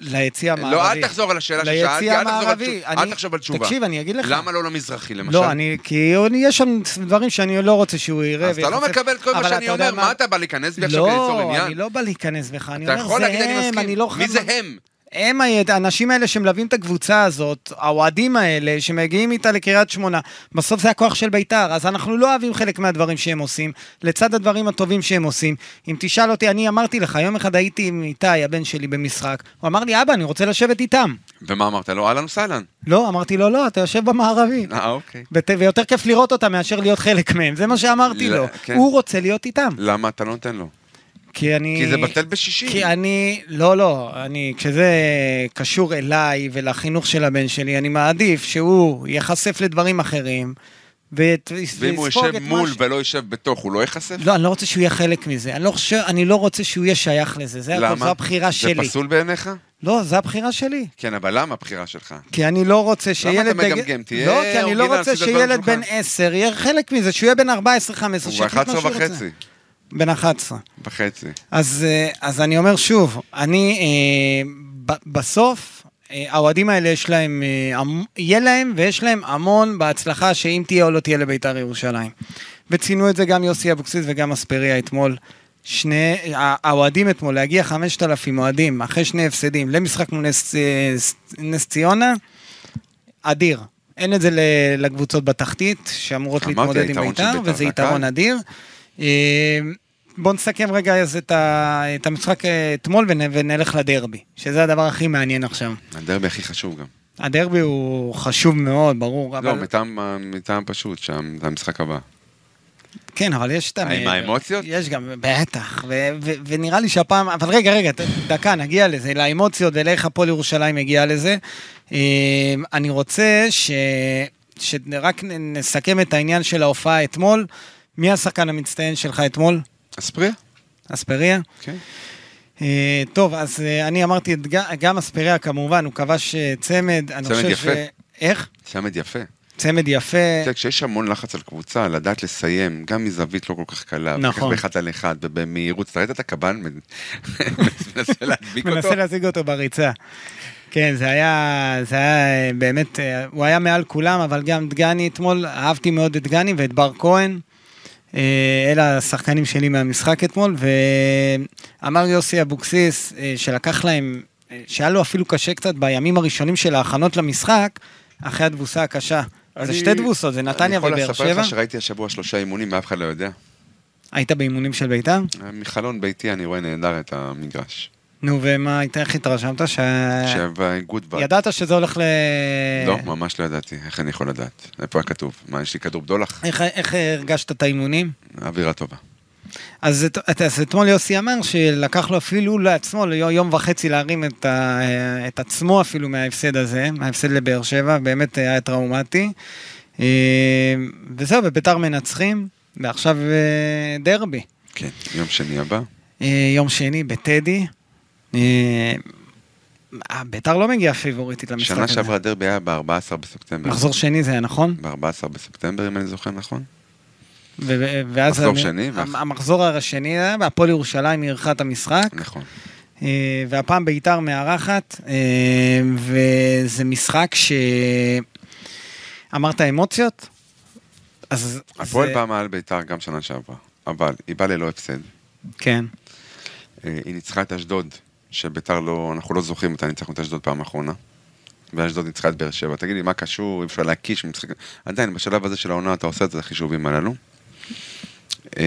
[SPEAKER 1] ליציע המערבי.
[SPEAKER 3] לא, אל תחזור על השאלה ששאלתי,
[SPEAKER 1] ליציע
[SPEAKER 3] אל תחזור על
[SPEAKER 1] המערבי.
[SPEAKER 3] תשובה.
[SPEAKER 1] אני-
[SPEAKER 3] אל תחשוב על תשובה.
[SPEAKER 1] תקשיב, אני אגיד לך.
[SPEAKER 3] למה לא למזרחי, למשל?
[SPEAKER 1] לא, אני, כי יש שם דברים שאני לא רוצה שהוא יראה.
[SPEAKER 3] אז אתה לא
[SPEAKER 1] ויחשף.
[SPEAKER 3] מקבל את כל מה
[SPEAKER 1] אבל
[SPEAKER 3] שאני
[SPEAKER 1] אתה יודע
[SPEAKER 3] אומר, מה אתה בא להיכנס בי עכשיו כדי ליצור
[SPEAKER 1] לא,
[SPEAKER 3] עניין?
[SPEAKER 1] אני לא בא להיכנס בך, אני
[SPEAKER 3] אתה
[SPEAKER 1] אומר,
[SPEAKER 3] יכול
[SPEAKER 1] זה
[SPEAKER 3] להגיד, אני
[SPEAKER 1] הם, אני לא
[SPEAKER 3] מסכים. מי
[SPEAKER 1] חייב...
[SPEAKER 3] זה הם?
[SPEAKER 1] הם היד- האנשים האלה שמלווים את הקבוצה הזאת, האוהדים האלה שמגיעים איתה לקריית שמונה, בסוף זה הכוח של בית"ר, אז אנחנו לא אוהבים חלק מהדברים שהם עושים, לצד הדברים הטובים שהם עושים. אם תשאל אותי, אני אמרתי לך, יום אחד הייתי עם איתי, הבן שלי, במשחק, הוא אמר לי, אבא, אני רוצה לשבת איתם.
[SPEAKER 3] ומה אמרת לו?
[SPEAKER 1] *laughs*
[SPEAKER 3] אהלן וסהלן.
[SPEAKER 1] לא, אמרתי לו, לא, אתה יושב במערבי.
[SPEAKER 3] אה, אוקיי.
[SPEAKER 1] ות- ויותר כיף לראות אותם מאשר להיות חלק מהם, זה מה שאמרתי
[SPEAKER 3] לא,
[SPEAKER 1] לו.
[SPEAKER 3] כן.
[SPEAKER 1] הוא רוצה להיות איתם.
[SPEAKER 3] למה אתה לא נותן לו?
[SPEAKER 1] כי אני...
[SPEAKER 3] כי זה בטל בשישים.
[SPEAKER 1] כי אני, לא, לא, אני, כשזה קשור אליי ולחינוך של הבן שלי, אני מעדיף שהוא ייחשף לדברים אחרים, ואת-
[SPEAKER 3] ואם הוא
[SPEAKER 1] ויספוג
[SPEAKER 3] יושב
[SPEAKER 1] את מה
[SPEAKER 3] מול
[SPEAKER 1] ש-
[SPEAKER 3] ולא יושב בתוך, הוא לא ייחשף?
[SPEAKER 1] לא, אני לא רוצה שהוא יהיה חלק מזה. אני לא, חושב, אני לא רוצה שהוא יהיה שייך לזה. זה הכל,
[SPEAKER 3] למה?
[SPEAKER 1] זו הבחירה שלי.
[SPEAKER 3] זה פסול בעיניך?
[SPEAKER 1] לא, זו הבחירה שלי.
[SPEAKER 3] כן, אבל למה הבחירה שלך?
[SPEAKER 1] כי אני לא רוצה שילד...
[SPEAKER 3] אתה
[SPEAKER 1] בג-
[SPEAKER 3] מגמגם? תהיה
[SPEAKER 1] לא, כי אני לא
[SPEAKER 3] אורגינל,
[SPEAKER 1] רוצה
[SPEAKER 3] שים את הדברים
[SPEAKER 1] שילד בן
[SPEAKER 3] על השולחן.
[SPEAKER 1] 10 יהיה חלק מזה, שהוא יהיה בן 14-15,
[SPEAKER 3] הוא
[SPEAKER 1] שיקליט מה שהוא
[SPEAKER 3] ב-11
[SPEAKER 1] רוצה.
[SPEAKER 3] וחצי.
[SPEAKER 1] בן 11.
[SPEAKER 3] וחצי.
[SPEAKER 1] אז, אה, אז אני אומר שוב, אני אה, ב- בסוף, אה, האוהדים האלה יש להם, אה, המ- יהיה להם ויש להם המון בהצלחה שאם תהיה או לא תהיה לביתר ירושלים. וציינו את זה גם יוסי אבוקסיס וגם אספריה אתמול. שני, הא- האוהדים אתמול, להגיע 5,000 אוהדים אחרי שני הפסדים למשחק מול נס, אה, ס- נס ציונה, אדיר. אין את זה ל- לקבוצות בתחתית, שאמורות
[SPEAKER 3] אמרתי,
[SPEAKER 1] להתמודד עם
[SPEAKER 3] היתרון של
[SPEAKER 1] בית"ר,
[SPEAKER 3] בית"ר
[SPEAKER 1] וזה
[SPEAKER 3] זה הקהל.
[SPEAKER 1] יתרון אדיר. אה, בואו נסכם רגע אז את, ה, את המשחק אה, אתמול ונ- ונלך לדרבי, שזה הדבר הכי מעניין עכשיו.
[SPEAKER 3] הדרבי הכי חשוב גם. הדרבי
[SPEAKER 1] הדרבי הוא חשוב מאוד, ברור,
[SPEAKER 3] לא,
[SPEAKER 1] אבל...
[SPEAKER 3] מטעם ה- מטעם פשוט, שם, זה המשחק הבא.
[SPEAKER 1] כן, אבל יש את...
[SPEAKER 3] עם
[SPEAKER 1] המעבר.
[SPEAKER 3] האמוציות?
[SPEAKER 1] יש גם, בטח, ו- ו- ונראה לי שהפעם... אבל רגע, רגע, ת- דקה, נגיע לזה, לאמוציות ולאיך הפועל ירושלים הגיע לזה. אה, אני רוצה ש... שרק נ- נסכם את העניין של ההופעה אתמול. מי השחקן המצטיין שלך אתמול?
[SPEAKER 3] אספריה?
[SPEAKER 1] אספריה?
[SPEAKER 3] כן.
[SPEAKER 1] אה, טוב, אז אה, אני אמרתי, את ג- גם אספריה כמובן, הוא כבש אה, צמד, אני
[SPEAKER 3] צמד
[SPEAKER 1] חושב
[SPEAKER 3] יפה.
[SPEAKER 1] איך?
[SPEAKER 3] צמד יפה.
[SPEAKER 1] צמד יפה.
[SPEAKER 3] אתה יודע, כשיש המון לחץ על קבוצה, לדעת לסיים, גם מזווית לא כל כך קלה,
[SPEAKER 1] נכון.
[SPEAKER 3] וכך באחד על אחד, ובמהירות, אתה ראית את הקב"ן *laughs* מנ- מנסה להדביק אותו?
[SPEAKER 1] מנסה להשיג אותו בריצה. כן, זה היה, זה היה אה, באמת, אה, הוא היה מעל כולם, אבל גם דגני אתמול, אהבתי מאוד את דגני ואת בר כהן. אה, אלה השחקנים שלי מהמשחק אתמול, ואמר יוסי אבוקסיס, אה, שלקח להם, אה, שהיה לו אפילו קשה קצת בימים הראשונים של ההכנות למשחק, אחרי התבוסה הקשה. זה
[SPEAKER 3] אני-
[SPEAKER 1] שתי תבוסות, זה נתניה
[SPEAKER 3] אני
[SPEAKER 1] ובאר
[SPEAKER 3] יכול לספר
[SPEAKER 1] שבע.
[SPEAKER 3] לך שראיתי השבוע שלושה אימונים, ואף אחד לא יודע.
[SPEAKER 1] היית באימונים של בית"ר?
[SPEAKER 3] מחלון ביתי אני רואה נהדר את המגרש.
[SPEAKER 1] נו, ומה, היית- איך התרשמת? ש...
[SPEAKER 3] שהגוד וייב.
[SPEAKER 1] אה. ידעת שזה הולך ל...
[SPEAKER 3] לא, ממש לא ידעתי, איך אני יכול לדעת? איפה היה כתוב? מה, יש לי כדור בדולח?
[SPEAKER 1] איך, איך הרגשת את האימונים?
[SPEAKER 3] אווירה טובה.
[SPEAKER 1] אז, את- אז אתמול יוסי אמר שלקח לו אפילו לעצמו ליו- יום וחצי להרים את, ה, את עצמו אפילו מההפסד הזה, מההפסד לבאר שבע, באמת היה טראומטי. אה, וזהו, וביתר מנצחים, ועכשיו אה, דרבי.
[SPEAKER 3] כן, יום שני הבא.
[SPEAKER 1] אה, יום שני בטדי. אה, אה, ביתר לא מגיעה פיבוריטית למשחק
[SPEAKER 3] שנה
[SPEAKER 1] הזה.
[SPEAKER 3] שעברה הדרבי היה ב-14 בספטמבר.
[SPEAKER 1] מחזור שני זה היה נכון?
[SPEAKER 3] ב-14 בספטמבר, אם אני זוכר נכון.
[SPEAKER 1] ו- ואז
[SPEAKER 3] מחזור
[SPEAKER 1] המ-
[SPEAKER 3] שני,
[SPEAKER 1] המ-
[SPEAKER 3] ואח-
[SPEAKER 1] המחזור השני היה, והפועל ירושלים אירחה את המשחק.
[SPEAKER 3] נכון.
[SPEAKER 1] אה, והפעם ביתר מארחת, אה, וזה משחק ש... אמרת אמוציות? אז...
[SPEAKER 3] הפועל
[SPEAKER 1] זה-
[SPEAKER 3] באה מעל בית"ר גם שנה שעברה, אבל היא באה ללא הפסד.
[SPEAKER 1] כן.
[SPEAKER 3] אה, היא ניצחה את אשדוד, שבית"ר לא, אנחנו לא זוכרים אותה, ניצחנו את אשדוד פעם אחרונה. ואשדוד ניצחה את באר שבע. תגיד לי, מה קשור, אי אפשר להקיש משחק... עדיין, בשלב הזה של העונה אתה עושה את החישובים הללו. אה,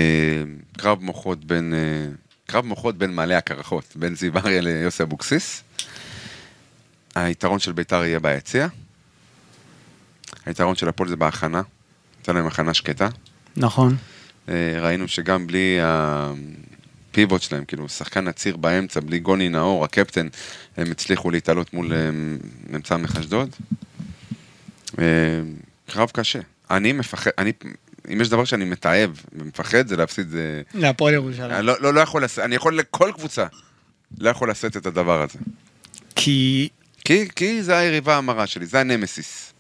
[SPEAKER 3] קרב מוחות בין... אה, קרב מוחות בין מעלה הקרחות, בין זיו אריה ליוסי אבוקסיס. היתרון של בית"ר יהיה ביציע. היתרון של הפועל זה בהכנה. נתן להם הכנה שקטה.
[SPEAKER 1] נכון.
[SPEAKER 3] אה, ראינו שגם בלי הפיבוט שלהם, כאילו שחקן הציר באמצע, בלי גוני נאור, הקפטן, הם הצליחו להתעלות מול אה, אמצע מחשדוד. אה, קרב קשה. אני מפחד, אני, אם יש דבר שאני מתעב ומפחד זה להפסיד, אה,
[SPEAKER 1] להפועל
[SPEAKER 3] אני
[SPEAKER 1] ירושלים.
[SPEAKER 3] לא, לא, לא יכול, לס- אני יכול לכל קבוצה, לא יכול לשאת את הדבר הזה. לא-
[SPEAKER 1] כי
[SPEAKER 3] כי, כי זה היריבה המרה שלי, זה הנמסיס.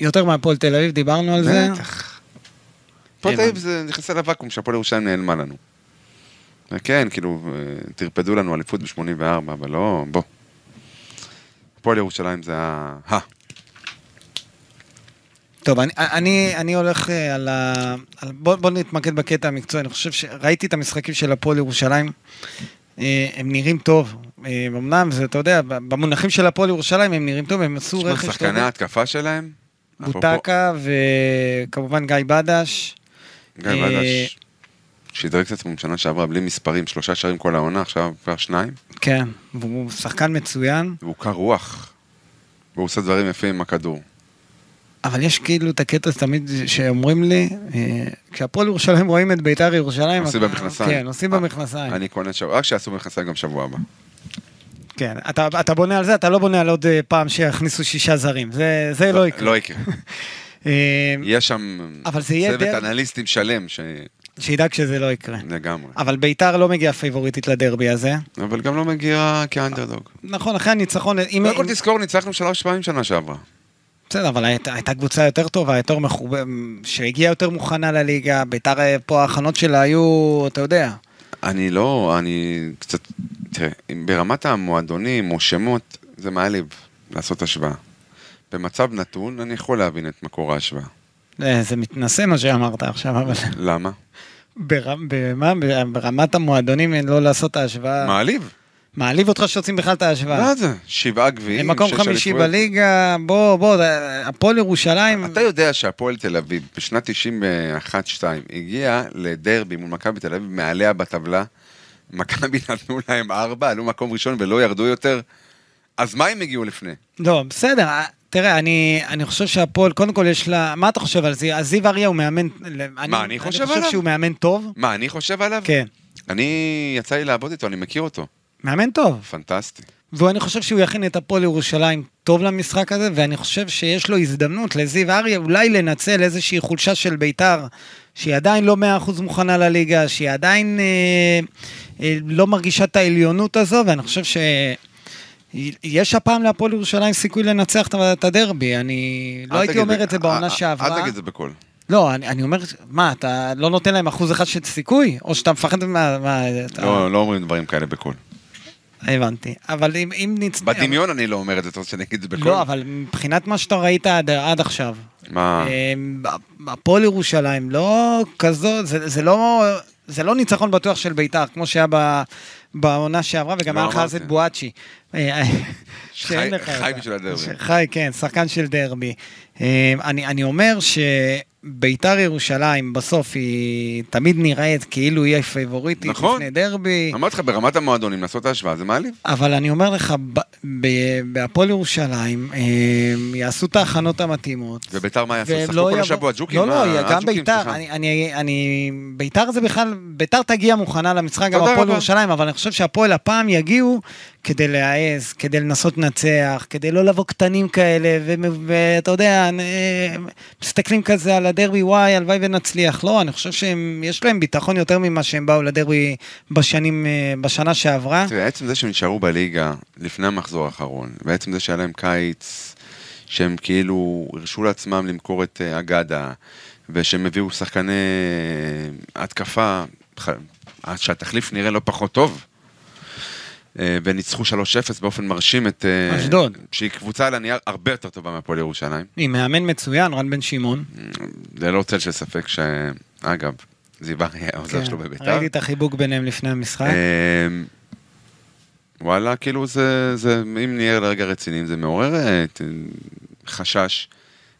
[SPEAKER 1] יותר מהפועל תל אביב, דיברנו על זה.
[SPEAKER 3] בטח.
[SPEAKER 1] כן.
[SPEAKER 3] הפועל תל אביב זה אה, נכנסה לוואקום שהפועל ירושלים נעלמה לנו. כן, כאילו, אה, טרפדו לנו אליפות ב-84, אבל לא, בוא. הפועל ירושלים זה ה... ה.
[SPEAKER 1] טוב, אני, אני, אני הולך אה, על ה... על, בוא, בוא נתמקד בקטע המקצועי. אני חושב שראיתי את המשחקים של הפועל ירושלים, אה, הם נראים טוב. אה, אמנם זה, אתה יודע, במונחים של הפועל ירושלים הם נראים טוב, הם עשו
[SPEAKER 3] תשמע,
[SPEAKER 1] רכש... אתה
[SPEAKER 3] שחקני
[SPEAKER 1] יודע,
[SPEAKER 3] ההתקפה שלהם, אפרופו-
[SPEAKER 1] בוטקה וכמובן גיא בדש.
[SPEAKER 3] גיא
[SPEAKER 1] אה,
[SPEAKER 3] בדש, שדרג את עצמו בשנה שעברה בלי מספרים, שלושה שערים כל העונה, עכשיו כבר שניים.
[SPEAKER 1] כן, והוא שחקן מצוין.
[SPEAKER 3] והוא קר רוח. והוא עושה דברים יפים עם הכדור.
[SPEAKER 1] אבל יש כאילו את הקטע תמיד שאומרים לי, אה, כשהפועל ירושלים רואים את ביתר ירושלים...
[SPEAKER 3] עושים
[SPEAKER 1] אתה-
[SPEAKER 3] במכנסיים.
[SPEAKER 1] כן, עושים
[SPEAKER 3] אה,
[SPEAKER 1] במכנסיים.
[SPEAKER 3] אני קונה שבוע, רק שיעשו במכנסיים גם שבוע הבא.
[SPEAKER 1] כן, אתה, אתה בונה על זה, אתה לא בונה על עוד אה, פעם שיכניסו שישה זרים, זה, זה לא יקרה.
[SPEAKER 3] לא יקרה.
[SPEAKER 1] אה,
[SPEAKER 3] יהיה שם
[SPEAKER 1] אבל זה יהיה
[SPEAKER 3] צוות
[SPEAKER 1] דרך-
[SPEAKER 3] אנליסטים שלם, ש...
[SPEAKER 1] שידאג שזה לא יקרה.
[SPEAKER 3] לגמרי.
[SPEAKER 1] אבל ביתר לא מגיעה פייבוריטית לדרבי הזה.
[SPEAKER 3] אבל גם לא מגיע כאנדרדוג.
[SPEAKER 1] נכון, אחרי הניצחון, אם...
[SPEAKER 3] קודם כל תזכור, ניצחנו שלוש פעמים שנה שעברה.
[SPEAKER 1] בסדר, אבל הייתה, הייתה קבוצה יותר טובה, יותר מחוברת, שהגיעה יותר מוכנה לליגה, ביתר אה, פה ההכנות שלה היו, אתה יודע.
[SPEAKER 3] אני לא, אני קצת, תראה, אם ברמת המועדונים או שמות, זה מעליב לעשות השוואה. במצב נתון, אני יכול להבין את מקור ההשוואה.
[SPEAKER 1] אה, זה מתנשא מה שאמרת עכשיו, אבל *laughs*
[SPEAKER 3] למה?
[SPEAKER 1] בר, במה, ברמת המועדונים אין לא לעשות את ההשוואה.
[SPEAKER 3] מעליב.
[SPEAKER 1] מעליב אותך שעושים בכלל את ההשוואה.
[SPEAKER 3] מה זה? שבעה גביעים,
[SPEAKER 1] הם מקום
[SPEAKER 3] שש
[SPEAKER 1] חמישי
[SPEAKER 3] אליפויות.
[SPEAKER 1] בליגה, בוא, בוא, אה, הפועל ירושלים,
[SPEAKER 3] אתה יודע שהפועל תל אביב בשנת 91-2 הגיעה לדרבי מול מכבי תל אביב מעליה בטבלה. מכבי נתנו להם ארבע, עלו מקום ראשון ולא ירדו יותר. אז מה הם הגיעו לפני?
[SPEAKER 1] לא, בסדר, אה, תראה, אני, אני חושב שהפועל, קודם כל יש לה, מה אתה חושב על זה? אז זיו אריה הוא מאמן, מה,
[SPEAKER 3] אני חושב
[SPEAKER 1] אני
[SPEAKER 3] עליו?
[SPEAKER 1] חושב שהוא מאמן טוב,
[SPEAKER 3] מה, אני חושב עליו?
[SPEAKER 1] כן,
[SPEAKER 3] אני, יצא לי לעבוד איתו, אני מכיר אותו.
[SPEAKER 1] מאמן טוב.
[SPEAKER 3] פנטסטי.
[SPEAKER 1] ואני חושב שהוא יכין את הפועל ירושלים טוב למשחק הזה, ואני חושב שיש לו הזדמנות לזיו אריה אולי לנצל איזושהי חולשה של ביתר, שהיא עדיין לא 100% מוכנה לליגה, שהיא עדיין אה, אה, לא מרגישה את העליונות הזו, ואני חושב ש... יש הפעם להפועל ירושלים סיכוי לנצח את- את הדרבי, אני לא
[SPEAKER 3] אל
[SPEAKER 1] הייתי
[SPEAKER 3] תגיד
[SPEAKER 1] אומר
[SPEAKER 3] לי-
[SPEAKER 1] את זה בעונה
[SPEAKER 3] אל-
[SPEAKER 1] שעברה.
[SPEAKER 3] אה, אל תגיד את זה בקול.
[SPEAKER 1] לא, אני, אני אומר, מה, אתה לא נותן להם אחוז אחד של סיכוי? או שאתה מפחד מה... מה אתה...
[SPEAKER 3] לא לא אומרים דברים כאלה בקול.
[SPEAKER 1] הבנתי. אבל אם, אם נצ...
[SPEAKER 3] בדמיון אני לא אומר את זה, אתה רוצה שאני אגיד את זה בקול?
[SPEAKER 1] לא, אבל מבחינת מה שאתה ראית עד, עד עכשיו,
[SPEAKER 3] מה?
[SPEAKER 1] אמ, הפועל ירושלים לא כזו, זה, זה לא... זה לא ניצחון בטוח של בית"ר, כמו שהיה ב- בעונה שעברה, וגם
[SPEAKER 3] לא
[SPEAKER 1] היה לך אז
[SPEAKER 3] אמרתי.
[SPEAKER 1] את בואצ'י. אה, שאין לך
[SPEAKER 3] חי
[SPEAKER 1] את ה-
[SPEAKER 3] בשביל הדרבי.
[SPEAKER 1] ש- חי, כן, שחקן של דרבי. אה, אני, אני אומר שביתר ירושלים בסוף היא תמיד נראית כאילו היא הפייבוריטית
[SPEAKER 3] נכון.
[SPEAKER 1] לפני דרבי.
[SPEAKER 3] אמרתי לך, ברמת המועדונים לעשות את ההשוואה זה מעליב.
[SPEAKER 1] אבל אני אומר לך, ב- ב- בהפועל ירושלים, אה, יעשו את ההכנות המתאימות.
[SPEAKER 3] וביתר מה יעשו?
[SPEAKER 1] והם
[SPEAKER 3] שחקו
[SPEAKER 1] לא
[SPEAKER 3] כל
[SPEAKER 1] יבוא-
[SPEAKER 3] השבוע ג'וקים?
[SPEAKER 1] לא,
[SPEAKER 3] מה?
[SPEAKER 1] לא, גם
[SPEAKER 3] הג'וקים,
[SPEAKER 1] ביתר,
[SPEAKER 3] סליחה.
[SPEAKER 1] אני- אני, אני, ביתר זה בכלל, ביתר תגיע מוכנה למשחק, גם
[SPEAKER 3] תודה
[SPEAKER 1] הפועל
[SPEAKER 3] רבה.
[SPEAKER 1] ירושלים, אבל אני חושב שהפועל הפעם יגיעו כדי להעז, כדי לנסות לנצח, כדי לא לבוא קטנים כאלה, ו- ואתה יודע, אה, מסתכלים כזה על הדרבי, וואי, הלוואי ונצליח. לא, אני חושב שיש להם ביטחון יותר ממה שהם באו לדרבי בשנים, אה, בשנה שעברה.
[SPEAKER 3] תראה, עצם זה שהם נשארו בליגה לפני המחזור האחרון, ועצם זה שהיה להם קיץ, שהם כאילו הרשו לעצמם למכור את אה, אגדה, ושהם הביאו שחקני אה, התקפה, ח- אה, שהתחליף נראה לא פחות טוב, אה, וניצחו 3-0 באופן מרשים את... אה,
[SPEAKER 1] אשדוד.
[SPEAKER 3] שהיא קבוצה על הנייר הרבה יותר טובה מהפועל ירושלים.
[SPEAKER 1] היא מאמן מצוין, רן בן שמעון.
[SPEAKER 3] ללא צל של ספק ש... אגב, זיו אריה העוזר
[SPEAKER 1] כן.
[SPEAKER 3] שלו בביתר.
[SPEAKER 1] ראיתי את החיבוק ביניהם לפני המשחק.
[SPEAKER 3] אמ, וואלה, כאילו זה, זה, אם נהיה לרגע רציניים, זה מעורר אה, ת- חשש.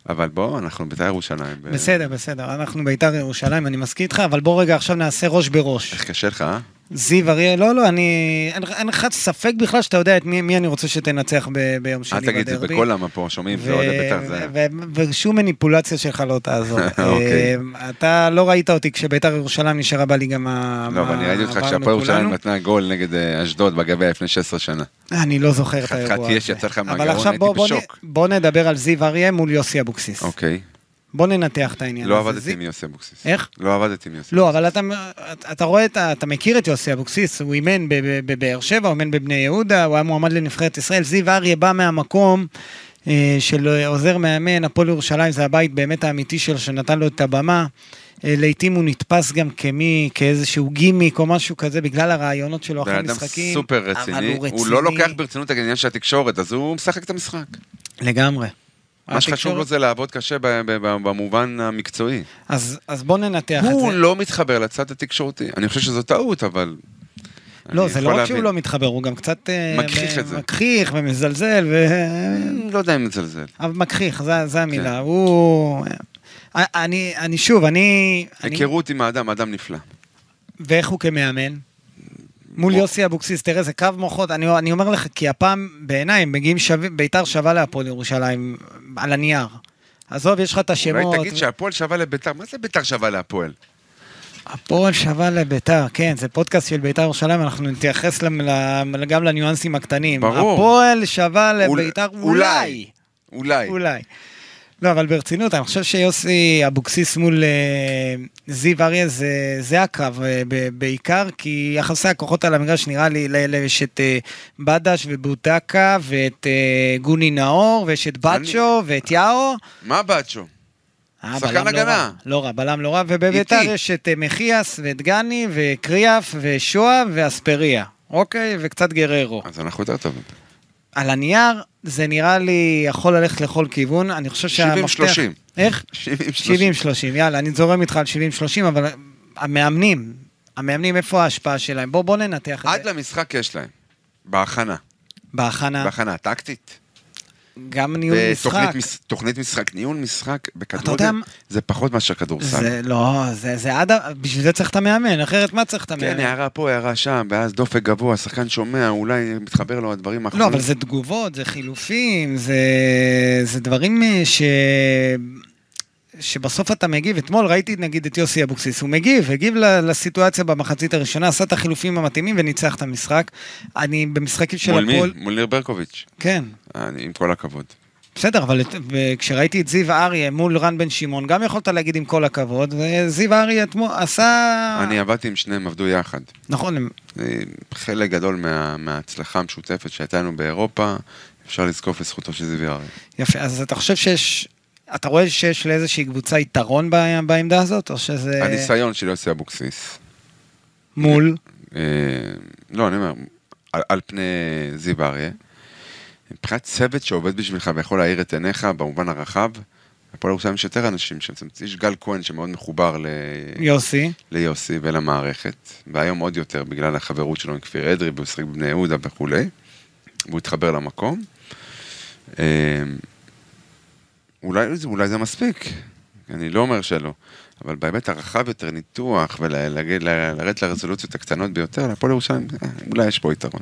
[SPEAKER 3] אבל בואו, אנחנו בית"ר ירושלים. אה, ו-
[SPEAKER 1] בסדר, בסדר, אנחנו בית"ר ירושלים, אני מסכים איתך, אבל בוא רגע עכשיו נעשה ראש בראש.
[SPEAKER 3] איך קשה לך, אה?
[SPEAKER 1] זיו אריה, לא, לא, אני... אין לך- אין לך ספק בכלל שאתה יודע את מי, מי אני רוצה שתנצח ב, ביום שני
[SPEAKER 3] אל
[SPEAKER 1] בדרבי.
[SPEAKER 3] תגיד את זה בכל למה פה, שומעים, זה אוהדי בית"ר זה...
[SPEAKER 1] ו- ו- ושום מניפולציה שלך לא תעזור.
[SPEAKER 3] *laughs* אוקיי.
[SPEAKER 1] אה, אתה לא ראית אותי כשביתר ירושלים נשארה בליגה מה...
[SPEAKER 3] לא, אבל
[SPEAKER 1] מה
[SPEAKER 3] אני ראיתי אותך
[SPEAKER 1] עברנו
[SPEAKER 3] כשהפועל ירושלים
[SPEAKER 1] כולנו.
[SPEAKER 3] נתנה גול נגד אה, אשדוד בגביע לפני 16 שנה.
[SPEAKER 1] אני לא זוכר את
[SPEAKER 3] חתיכת
[SPEAKER 1] האירוע הזה.
[SPEAKER 3] יש, יצא לך
[SPEAKER 1] אבל
[SPEAKER 3] מהגרון,
[SPEAKER 1] עכשיו
[SPEAKER 3] הייתי
[SPEAKER 1] בוא- בוא נ-
[SPEAKER 3] בשוק.
[SPEAKER 1] בוא נדבר על זיו אריה מול יוסי אבוקסיס.
[SPEAKER 3] אוקיי.
[SPEAKER 1] בוא ננתח את העניין
[SPEAKER 3] לא
[SPEAKER 1] הזה.
[SPEAKER 3] עבדתי
[SPEAKER 1] זיו-
[SPEAKER 3] עם יוסי אבוקסיס.
[SPEAKER 1] איך?
[SPEAKER 3] לא עבדתי עם יוסי.
[SPEAKER 1] לא, אבל אתה, אתה רואה, את ה- אתה מכיר את יוסי אבוקסיס, הוא אימן ב- ב- בבאר שבע, הוא אימן בבני יהודה, הוא היה מועמד לנבחרת ישראל. זיו אריה בא מהמקום אה, של אה, עוזר מאמן, הפועל ירושלים זה הבית באמת האמיתי שלו, שנתן לו את הבמה. אה, לעתים הוא נתפס גם כמי, כאיזשהו גימיק או משהו כזה, בגלל הרעיונות שלו לא, אחרי
[SPEAKER 3] בן אדם
[SPEAKER 1] משחקים.
[SPEAKER 3] סופר
[SPEAKER 1] אבל
[SPEAKER 3] רציני,
[SPEAKER 1] הוא
[SPEAKER 3] הוא לא לוקח ברצינות את העניין של התקשורת, אז הוא משחק את המשחק.
[SPEAKER 1] לגמרי.
[SPEAKER 3] מה שחשוב לו
[SPEAKER 1] התקשורת-
[SPEAKER 3] זה לעבוד קשה ב- ב- ב- במובן המקצועי.
[SPEAKER 1] אז, אז בוא ננתח את זה.
[SPEAKER 3] הוא לא מתחבר לצד התקשורתי. אני חושב שזו טעות, אבל...
[SPEAKER 1] לא,
[SPEAKER 3] אני
[SPEAKER 1] זה לא
[SPEAKER 3] יכול
[SPEAKER 1] רק שהוא
[SPEAKER 3] להבין.
[SPEAKER 1] לא מתחבר, הוא גם קצת... אה,
[SPEAKER 3] מכחיך
[SPEAKER 1] מ-
[SPEAKER 3] את זה.
[SPEAKER 1] מכחיך ומזלזל ו...
[SPEAKER 3] לא יודע אם מזלזל.
[SPEAKER 1] אבל מכחיך, זה, זה המילה. כן. הוא... אה, אני, אני שוב, אני... אני-
[SPEAKER 3] היכרות עם האדם, אדם נפלא.
[SPEAKER 1] ואיך הוא כמאמן? מול
[SPEAKER 3] בוא.
[SPEAKER 1] יוסי אבוקסיס, תראה, זה קרב מוחות. אני, אני אומר לך, כי הפעם, בעיניי, הם מגיעים שווה, ביתר שווה להפועל ירושלים, על הנייר. עזוב, יש לך את השמות.
[SPEAKER 3] אולי תגיד שהפועל שווה לביתר, מה זה ביתר שווה להפועל?
[SPEAKER 1] הפועל שווה לביתר, כן, זה פודקאסט של ביתר ירושלים, אנחנו נתייחס למ- למ- גם לניואנסים הקטנים.
[SPEAKER 3] ברור.
[SPEAKER 1] הפועל שווה
[SPEAKER 3] אול-
[SPEAKER 1] לביתר אולי.
[SPEAKER 3] אולי.
[SPEAKER 1] אולי. לא, אבל ברצינות, אני חושב שיוסי אבוקסיס מול אה, זיו אריה זה, זה הקרב אה, ב- בעיקר, כי יחסי הכוחות על המגרש נראה לי, ל- ל- יש את אה, בדש ובוטקה ואת אה, גוני נאור ויש את
[SPEAKER 3] אני-
[SPEAKER 1] בצ'ו ואת יאו.
[SPEAKER 3] מה בצ'ו?
[SPEAKER 1] אה,
[SPEAKER 3] שחקן
[SPEAKER 1] בלם לא
[SPEAKER 3] הגנה.
[SPEAKER 1] רע, לא רע, בלם לא רע, ובביתר
[SPEAKER 3] איטי.
[SPEAKER 1] יש את אה, מחיאס ואת גני וקריאף ושועה ואספריה, אוקיי? וקצת גררו.
[SPEAKER 3] אז אנחנו יותר טובים.
[SPEAKER 1] על הנייר זה נראה לי יכול ללכת לכל כיוון, אני חושב
[SPEAKER 3] 70-30.
[SPEAKER 1] שהמפתח... איך?
[SPEAKER 3] 70-30.
[SPEAKER 1] 70-30, יאללה, אני זורם איתך על 70-30, אבל המאמנים, המאמנים, איפה ההשפעה שלהם? בוא, בוא ננתח את
[SPEAKER 3] עד
[SPEAKER 1] זה.
[SPEAKER 3] למשחק יש להם. בהכנה.
[SPEAKER 1] בהכנה,
[SPEAKER 3] בהכנה הטקטית.
[SPEAKER 1] גם אה. ניהול משחק.
[SPEAKER 3] ותוכנית מש- תוכנית משחק, ניהול משחק
[SPEAKER 1] יודע
[SPEAKER 3] בכדורגל,
[SPEAKER 1] מה-
[SPEAKER 3] זה פחות מאשר כדורסל.
[SPEAKER 1] זה לא, זה זה עד, ה- בשביל זה צריך את המאמן, אחרת מה צריך את
[SPEAKER 3] כן,
[SPEAKER 1] המאמן?
[SPEAKER 3] הערה פה, הערה שם, ואז דופק גבוה, השחקן שומע, אולי מתחבר לו הדברים האחרונים.
[SPEAKER 1] לא, אבל זה תגובות, זה חילופים, זה, זה דברים אה, ש... שבסוף אתה מגיב. אתמול ראיתי נגיד את יוסי אבוקסיס, הוא מגיב, הגיב ל- לסיטואציה במחצית הראשונה, עשה את החילופים המתאימים וניצח את המשחק. אני במשחקים של
[SPEAKER 3] מול מי?
[SPEAKER 1] הפועל...
[SPEAKER 3] מול ניר ברקוביץ'.
[SPEAKER 1] כן,
[SPEAKER 3] אני- עם כל הכבוד.
[SPEAKER 1] בסדר, אבל את- ו- כשראיתי את זיו אריה מול רן בן שמעון, גם יכולת להגיד עם כל הכבוד, וזיו אריה אתמול עשה...
[SPEAKER 3] אני עבדתי עם שניהם, עבדו יחד.
[SPEAKER 1] נכון, הם-
[SPEAKER 3] אה, חלק גדול מה- מההצלחה המשותפת שהייתה לנו באירופה, אפשר לזקוף לזכותו של זיו יערי.
[SPEAKER 1] יפה, אז אתה חושב שיש... אתה רואה שיש לאיזושהי קבוצה יתרון ב- בעמדה הזאת, או שזה...
[SPEAKER 3] הניסיון של יוסי אבוקסיס.
[SPEAKER 1] מול?
[SPEAKER 3] אה, לא, אני אומר, על, על פני זיו אריה. מבחינת צוות שעובד בשבילך ויכול להאיר את עיניך במובן הרחב, הפועל ירושלים יש יותר אנשים שם, זאת אומרת, יש גל כהן שמאוד מחובר ל...
[SPEAKER 1] יוסי.
[SPEAKER 3] ליוסי ולמערכת, והיום עוד יותר בגלל החברות שלו עם כפיר אדרי, והוא שיחק בבני יהודה וכולי, והוא התחבר למקום. אה, אולי, זה- אולי זה מספיק, אני לא אומר שלא, אבל בהיבט הרחב יותר, ניתוח ולרדת לרזולוציות הקטנות ביותר, להפועל ירושלים, אה, אולי יש פה יתרון.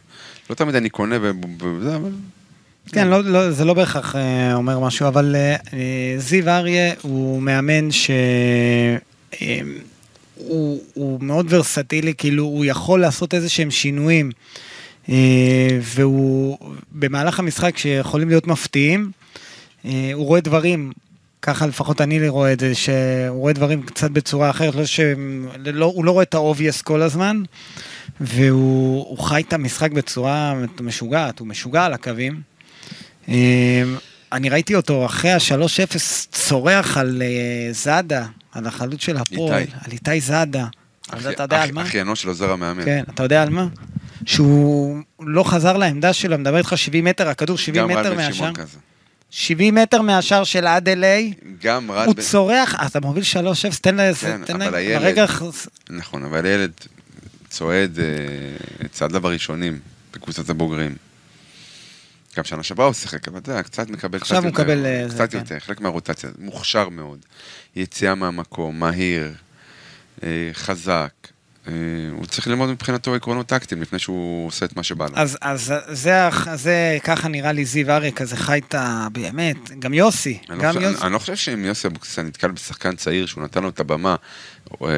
[SPEAKER 3] לא תמיד אני קונה וזה, אבל...
[SPEAKER 1] כן, לא, לא, זה לא בהכרח אה, אומר משהו, אבל אה, אה, זיו אריה הוא מאמן ש... אה, הוא, הוא מאוד ורסטילי, כאילו הוא יכול לעשות איזה שהם שינויים, אה, והוא במהלך המשחק שיכולים להיות מפתיעים, אה, הוא רואה דברים, ככה לפחות אני רואה את זה, שהוא רואה דברים קצת בצורה אחרת, לא שהם, לא, הוא לא רואה את האובייס כל הזמן, והוא הוא חי את המשחק בצורה משוגעת, הוא משוגע על הקווים. אה, אני ראיתי אותו אחרי ה-3-0 צורח על אה, זאדה, על החלוץ של הפועל,
[SPEAKER 3] איתי.
[SPEAKER 1] על איתי זאדה. אז
[SPEAKER 3] אחי-
[SPEAKER 1] אתה יודע
[SPEAKER 3] אח-
[SPEAKER 1] על מה?
[SPEAKER 3] אחיינו של עוזר המאמן.
[SPEAKER 1] כן, אתה יודע על מה? שהוא לא חזר לעמדה שלו, מדבר איתך 70 מטר, הכדור 70
[SPEAKER 3] גם רן
[SPEAKER 1] מטר
[SPEAKER 3] בן
[SPEAKER 1] מהשאר.
[SPEAKER 3] שמעון כזה.
[SPEAKER 1] 70 מטר מהשער של עד אליי,
[SPEAKER 3] גם רן
[SPEAKER 1] הוא
[SPEAKER 3] בן...
[SPEAKER 1] צורח, "אה, אתה מוביל 3-0, תן להם,
[SPEAKER 3] כן,
[SPEAKER 1] תן
[SPEAKER 3] אבל
[SPEAKER 1] להם,
[SPEAKER 3] הילד-
[SPEAKER 1] הרגע, חס-
[SPEAKER 3] נכון, אבל הילד צועד אה, את צעדיו הראשונים בקבוצת הבוגרים. גם שנה שעברה הוא שיחק, אבל אתה יודע, קצת מקבל
[SPEAKER 1] עכשיו
[SPEAKER 3] קצת
[SPEAKER 1] הוא
[SPEAKER 3] יותר.
[SPEAKER 1] מקבל, אה, זה,
[SPEAKER 3] קצת
[SPEAKER 1] כן.
[SPEAKER 3] יותר, חלק מהרוטציה, מוכשר מאוד. יציאה מהמקום, מהיר, אה, חזק. אה, הוא צריך ללמוד מבחינתו עקרונות טקטיים לפני שהוא עושה את מה שבא לו.
[SPEAKER 1] אז, אז זה, הח- זה ככה נראה לי זיו אריה, כזה חי את ה... באמת, גם יוסי,
[SPEAKER 3] אני לא
[SPEAKER 1] גם
[SPEAKER 3] חושב-
[SPEAKER 1] יוסי.
[SPEAKER 3] אני לא חושב שאם יוסי אבוקסיס היה נתקל בשחקן צעיר שהוא נתן לו את הבמה, הוא, אה,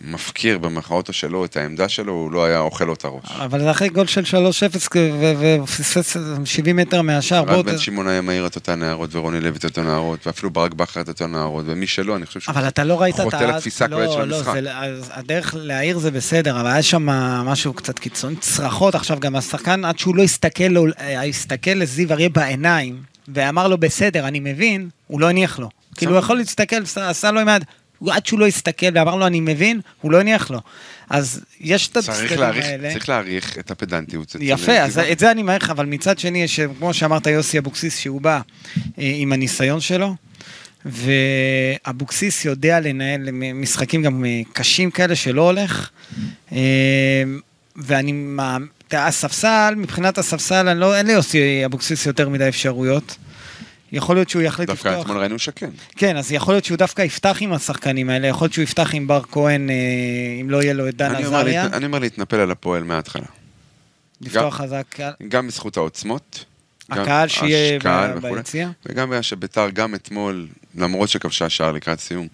[SPEAKER 3] מפקיר במרכאות או שלא את העמדה שלו, הוא לא היה אוכל לו את הראש.
[SPEAKER 1] אבל זה אחרי גול של 3-0 כ- ו- ופספס 70 מטר מהשער, בוא...
[SPEAKER 3] רן
[SPEAKER 1] ת-
[SPEAKER 3] בן שמעון היה מעיר את אותן נערות, ורוני לוי את אותן נערות, ואפילו ברק בכר את אותן נערות, ומי שלא, אני חושב שהוא...
[SPEAKER 1] אבל אתה לא ראית את ה...
[SPEAKER 3] חוטא לתפיסה הכוללת של המשחק.
[SPEAKER 1] לא, לא, זה- אז הדרך להעיר זה בסדר, אבל היה שם משהו קצת קיצוני, צרחות עכשיו, גם השחקן, עד שהוא לא הסתכל, לו, אה, הסתכל לזיו אריה בעיניים, ואמר לו, בסדר, אני מבין, הוא לא הניח לו. כאילו, הוא יכול להסתכל, עשה- עשה לו עם היד, הוא- עד שהוא לא הסתכל ואמר לו, אני מבין, הוא לא הניח לו. אז יש את
[SPEAKER 3] צריך להעריך, צריך להעריך את הפדנטיות. זה-
[SPEAKER 1] יפה,
[SPEAKER 3] זה-
[SPEAKER 1] אז את זה אני מעריך, אבל מצד שני, יש, כמו שאמרת, יוסי אבוקסיס, שהוא בא אה, עם הניסיון שלו, ואבוקסיס יודע לנהל מ- משחקים גם אה, קשים כאלה שלא הולך, אה, ואני, מה- אתה- הספסל, מבחינת הספסל, אני לא, אין ליוסי אבוקסיס יותר מדי אפשרויות. יכול להיות שהוא יחליט לפתוח.
[SPEAKER 3] דווקא אתמול ראינו שכן.
[SPEAKER 1] כן, אז יכול להיות שהוא דווקא יפתח עם השחקנים האלה, יכול להיות שהוא יפתח עם בר כהן, אה, אם לא יהיה לו את דן
[SPEAKER 3] אני אומר
[SPEAKER 1] עזריה,
[SPEAKER 3] להת- אני אומר להתנפל על הפועל מההתחלה.
[SPEAKER 1] לפתוח חזק.
[SPEAKER 3] גם בזכות העוצמות, גם
[SPEAKER 1] הקהל שיהיה
[SPEAKER 3] הקהל
[SPEAKER 1] ב-
[SPEAKER 3] וכולי.
[SPEAKER 1] ביציע?
[SPEAKER 3] וגם בגלל שביתר גם אתמול, למרות שכבשה שער לקראת סיום,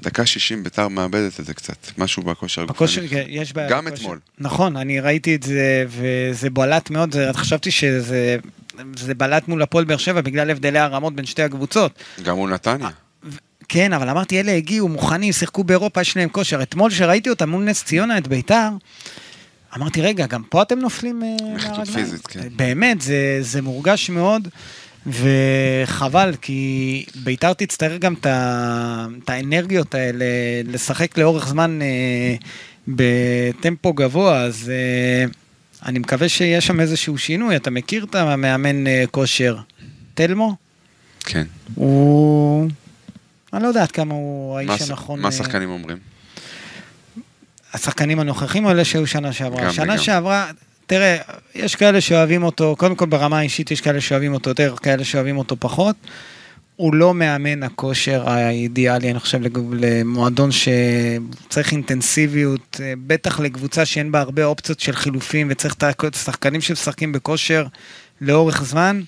[SPEAKER 3] דקה 60 ביתר מאבדת את זה קצת, משהו בכושר הגופני.
[SPEAKER 1] בכושר, כן, יש בעיה.
[SPEAKER 3] גם
[SPEAKER 1] בכושר.
[SPEAKER 3] אתמול.
[SPEAKER 1] נכון, אני ראיתי את זה, וזה בלט מאוד, זה- חשבתי שזה זה בלט מול הפועל באר שבע בגלל הבדלי הרמות בין שתי הקבוצות.
[SPEAKER 3] גם מול
[SPEAKER 1] אה,
[SPEAKER 3] נתניה.
[SPEAKER 1] ו- כן, אבל אמרתי, אלה הגיעו מוכנים, שיחקו באירופה, יש להם כושר. אתמול שראיתי אותם מול נס ציונה, את ביתר, אמרתי, רגע, גם פה אתם נופלים אה,
[SPEAKER 3] נחיתות
[SPEAKER 1] מהרגליים?"
[SPEAKER 3] פיזית, כן.
[SPEAKER 1] באמת, זה, זה מורגש מאוד, וחבל, כי ביתר תצטרך גם את ה- את האנרגיות האלה, לשחק לאורך זמן אה, בטמפו גבוה, אז אה, אני מקווה שיש שם איזשהו שינוי. אתה מכיר את המאמן אה, כושר? תלמו?
[SPEAKER 3] כן.
[SPEAKER 1] הוא... אני לא יודעת כמה הוא
[SPEAKER 3] מה
[SPEAKER 1] האיש
[SPEAKER 3] הש-
[SPEAKER 1] הנכון.
[SPEAKER 3] מה
[SPEAKER 1] אה,
[SPEAKER 3] השחקנים אומרים?
[SPEAKER 1] השחקנים הנוכחים או אלה שהיו שנה
[SPEAKER 3] גם
[SPEAKER 1] שעברה? שנה
[SPEAKER 3] וגם.
[SPEAKER 1] שעברה, תראה, יש כאלה שאוהבים אותו, קודם כל ברמה האישית יש כאלה שאוהבים אותו יותר, כאלה שאוהבים אותו פחות. הוא לא מאמן הכושר האידיאלי, אני חושב, לג- למועדון שצריך אינטנסיביות, אה, בטח לקבוצה שאין בה הרבה אופציות של חילופים, וצריך את השחקנים שמשחקים בכושר לאורך זמן.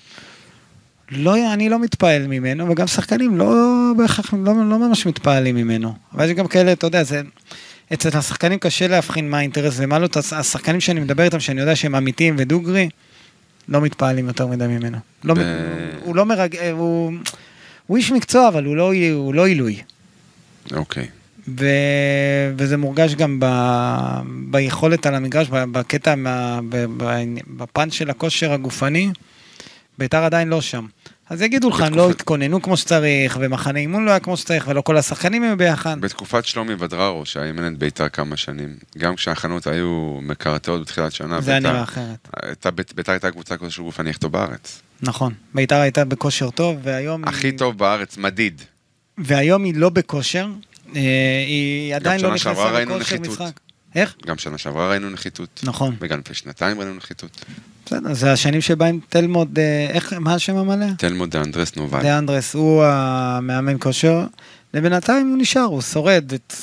[SPEAKER 1] לא, אני לא מתפעל ממנו, וגם שחקנים לא בהכרח, לא, לא ממש מתפעלים ממנו. אבל יש גם כאלה, אתה יודע, זה... אצל השחקנים קשה להבחין מה האינטרס ומה לא, אתה- השחקנים שאני מדבר איתם, שאני יודע שהם אמיתיים ודוגרי, לא מתפעלים יותר מדי ממנו. לא,
[SPEAKER 3] ב-
[SPEAKER 1] ב... הוא לא מרג... הוא... הוא איש מקצוע, אבל הוא לא, הוא לא עילוי.
[SPEAKER 3] אוקיי.
[SPEAKER 1] ו... וזה מורגש גם ב... ביכולת על המגרש, ב- בקטע, מה... ב... ב... בפן של הכושר הגופני, ביתר עדיין לא שם. אז יגידו לך, הם לא
[SPEAKER 3] בתקופת-
[SPEAKER 1] התכוננו כמו שצריך, ומחנה אימון לא היה כמו שצריך, ולא כל השחקנים היו ביחד.
[SPEAKER 3] בתקופת שלומי ודררו, שהיה אימנט ביתר כמה שנים, גם כשההכנות היו מקרטעות בתחילת שנה,
[SPEAKER 1] זה היה
[SPEAKER 3] ביתר-
[SPEAKER 1] נראה אחרת.
[SPEAKER 3] הייתה- בית- ביתר הייתה קבוצה כושר גופני הכי טוב בארץ.
[SPEAKER 1] נכון. ביתר הייתה בכושר טוב, והיום...
[SPEAKER 3] הכי
[SPEAKER 1] היא-
[SPEAKER 3] טוב בארץ, מדיד.
[SPEAKER 1] והיום היא לא בכושר, אה, היא עדיין
[SPEAKER 3] שנה
[SPEAKER 1] לא
[SPEAKER 3] שעברה
[SPEAKER 1] נכנסה
[SPEAKER 3] ראינו
[SPEAKER 1] לכושר
[SPEAKER 3] נחיתות.
[SPEAKER 1] משחק. איך?
[SPEAKER 3] גם שנה שעברה ראינו נחיתות.
[SPEAKER 1] נכון.
[SPEAKER 3] וגם לפני שנתיים ראינו נחיתות.
[SPEAKER 1] בסדר, זה השנים שבהם תלמוד, אה, איך, מה השם המלא?
[SPEAKER 3] תלמוד אנדרס נובל.
[SPEAKER 1] דה אנדרס הוא המאמן כושר, ובינתיים הוא נשאר, הוא שורד את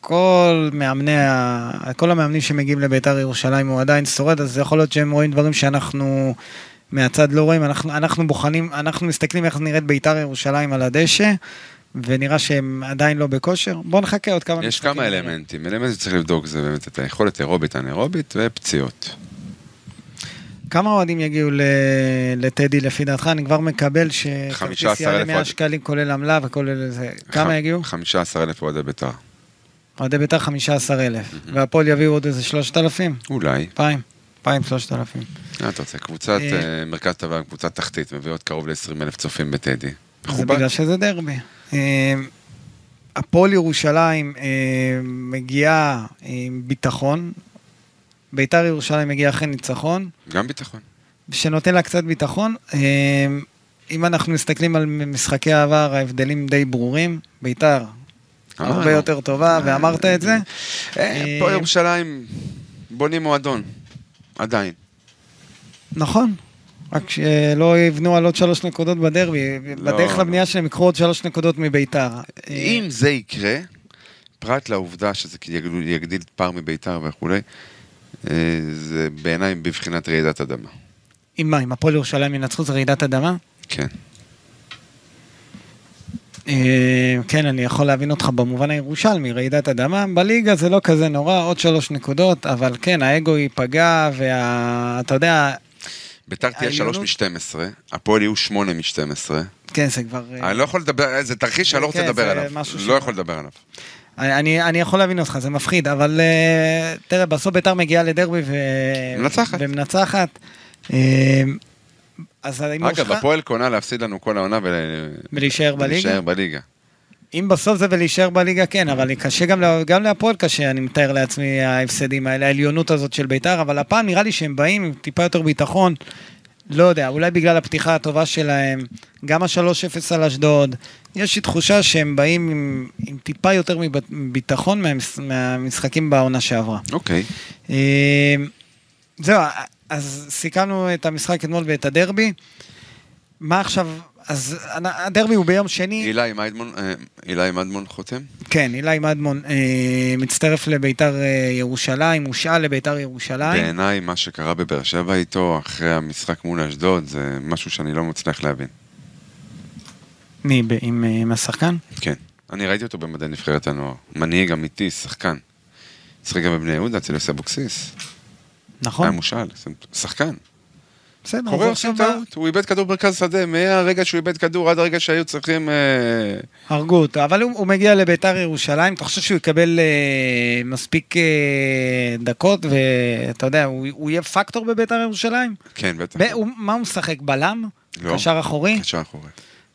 [SPEAKER 1] כל מאמני, ה- כל המאמנים שמגיעים לביתר ירושלים הוא עדיין שורד, אז יכול להיות שהם רואים דברים שאנחנו מהצד לא רואים, אנחנו, אנחנו בוחנים, אנחנו מסתכלים איך נראית ביתר ירושלים על הדשא, ונראה שהם עדיין לא בכושר, בואו נחכה עוד כמה
[SPEAKER 3] יש כמה
[SPEAKER 1] נראה.
[SPEAKER 3] אלמנטים. אלמנט שצריך לבדוק זה באמת את היכולת אירובית, אנאירובית ופציעות.
[SPEAKER 1] כמה אוהדים יגיעו ל... לטדי לפי דעתך? אני כבר מקבל שכרטיס
[SPEAKER 3] 15,000
[SPEAKER 1] יעלה 100
[SPEAKER 3] אוהד.
[SPEAKER 1] שקלים כולל עמלה וכולל זה.
[SPEAKER 3] ח-
[SPEAKER 1] כמה יגיעו?
[SPEAKER 3] 15,000 אוהדי ביתר.
[SPEAKER 1] אוהדי בית"ר 15,000, והפועל יביאו עוד איזה 3,000?
[SPEAKER 3] אולי.
[SPEAKER 1] 2,000, 2,000, 3,000.
[SPEAKER 3] אה, אתה רוצה, קבוצת
[SPEAKER 1] אה,
[SPEAKER 3] אה, מרכז טבעה, קבוצת תחתית, מביאות קרוב ל-20,000 צופים בטדי.
[SPEAKER 1] זה
[SPEAKER 3] מכובד.
[SPEAKER 1] בגלל שזה דרבי. אה, הפועל ירושלים אה, מגיעה עם ביטחון, בית"ר ירושלים מגיעה אחרי ניצחון,
[SPEAKER 3] גם ביטחון.
[SPEAKER 1] שנותן לה קצת ביטחון. אה, אם אנחנו מסתכלים על משחקי העבר, ההבדלים די ברורים. בית"ר
[SPEAKER 3] אה,
[SPEAKER 1] הרבה
[SPEAKER 3] אמרנו.
[SPEAKER 1] יותר טובה, ואמרת את זה.
[SPEAKER 3] לא. אה, פה
[SPEAKER 1] אה,
[SPEAKER 3] ירושלים בונים מועדון. עדיין.
[SPEAKER 1] נכון, רק שלא יבנו על עוד שלוש נקודות בדרבי.
[SPEAKER 3] לא.
[SPEAKER 1] בדרך לבנייה שלהם יקחו עוד שלוש נקודות מביתר.
[SPEAKER 3] אם זה יקרה, פרט לעובדה שזה יגדיל- יגדיל פער מביתר וכולי, אה, זה בעיניי בבחינת רעידת אדמה.
[SPEAKER 1] אם מה, אם הפועל ירושלים ינצחו זה רעידת אדמה?
[SPEAKER 3] כן.
[SPEAKER 1] אה, כן, אני יכול להבין אותך במובן הירושלמי, רעידת אדמה. בליגה זה לא כזה נורא, עוד שלוש נקודות, אבל כן, האגו ייפגע, וה... אתה יודע,
[SPEAKER 3] ביתר תהיה 3
[SPEAKER 1] העליונות-
[SPEAKER 3] מ-12, הפועל יהיו 8 מ-12.
[SPEAKER 1] כן, זה כבר... אה,
[SPEAKER 3] אני לא יכול לדבר, זה תרחיש שאני לא רוצה
[SPEAKER 1] כן,
[SPEAKER 3] לדבר
[SPEAKER 1] זה
[SPEAKER 3] עליו.
[SPEAKER 1] משהו ש-
[SPEAKER 3] לא יכול לדבר עליו.
[SPEAKER 1] אני, אני יכול להבין אותך, זה מפחיד, אבל אה, תראה, בסוף ביתר מגיעה לדרבי ו...
[SPEAKER 3] מנצחת.
[SPEAKER 1] ומנצחת. אה, אז ההימור
[SPEAKER 3] אגב,
[SPEAKER 1] שלך,
[SPEAKER 3] הפועל קונה להפסיד לנו כל העונה ול-
[SPEAKER 1] ולהישאר בליגה?
[SPEAKER 3] ולהישאר בליגה.
[SPEAKER 1] אם בסוף זה ולהישאר בליגה, כן, אבל קשה גם, לה- גם להפועל קשה, אני מתאר לעצמי, ההפסדים האלה, העליונות הזאת של ביתר, אבל הפעם נראה לי שהם באים עם טיפה יותר ביטחון, לא יודע, אולי בגלל הפתיחה הטובה שלהם, גם ה-3-0 על אשדוד, יש לי תחושה שהם באים עם, עם טיפה יותר מב- ביטחון מהמש, מהמשחקים בעונה שעברה.
[SPEAKER 3] אוקיי.
[SPEAKER 1] אה, זהו, אז סיכמנו את המשחק אתמול ואת הדרבי. מה עכשיו אז אנ- הדרבי הוא ביום שני.
[SPEAKER 3] אילי מדמון, אה, אילי מדמון חותם?
[SPEAKER 1] כן, אילי מדמון אה, מצטרף לביתר אה, ירושלים, הושאל לביתר ירושלים.
[SPEAKER 3] בעיניי מה שקרה בבאר שבע איתו אחרי המשחק מול אשדוד זה משהו שאני לא מצליח להבין.
[SPEAKER 1] מי, ב- עם אה, עם השחקן?
[SPEAKER 3] כן. אני ראיתי אותו במדעי נבחרת הנוער. מנהיג אמיתי, שחקן. שיחק גם בבני יהודה, אצל יוסי אבוקסיס. היה
[SPEAKER 1] נכון.
[SPEAKER 3] מושל, שחקן.
[SPEAKER 1] בסדר,
[SPEAKER 3] קורה
[SPEAKER 1] אז
[SPEAKER 3] עושים
[SPEAKER 1] עכשיו
[SPEAKER 3] טעות, הוא איבד כדור במרכז שדה, מהרגע שהוא איבד כדור עד הרגע שהיו צריכים... אה,
[SPEAKER 1] הרגו אותו, אבל הוא, הוא מגיע לביתר ירושלים, אתה חושב שהוא יקבל אה, מספיק אה, דקות, ואתה יודע, הוא, הוא יהיה פקטור בביתר ירושלים?
[SPEAKER 3] כן, בטח.
[SPEAKER 1] ב- הוא, מה הוא משחק, בלם?
[SPEAKER 3] לא.
[SPEAKER 1] קשר אחורי?
[SPEAKER 3] קשר אחורי.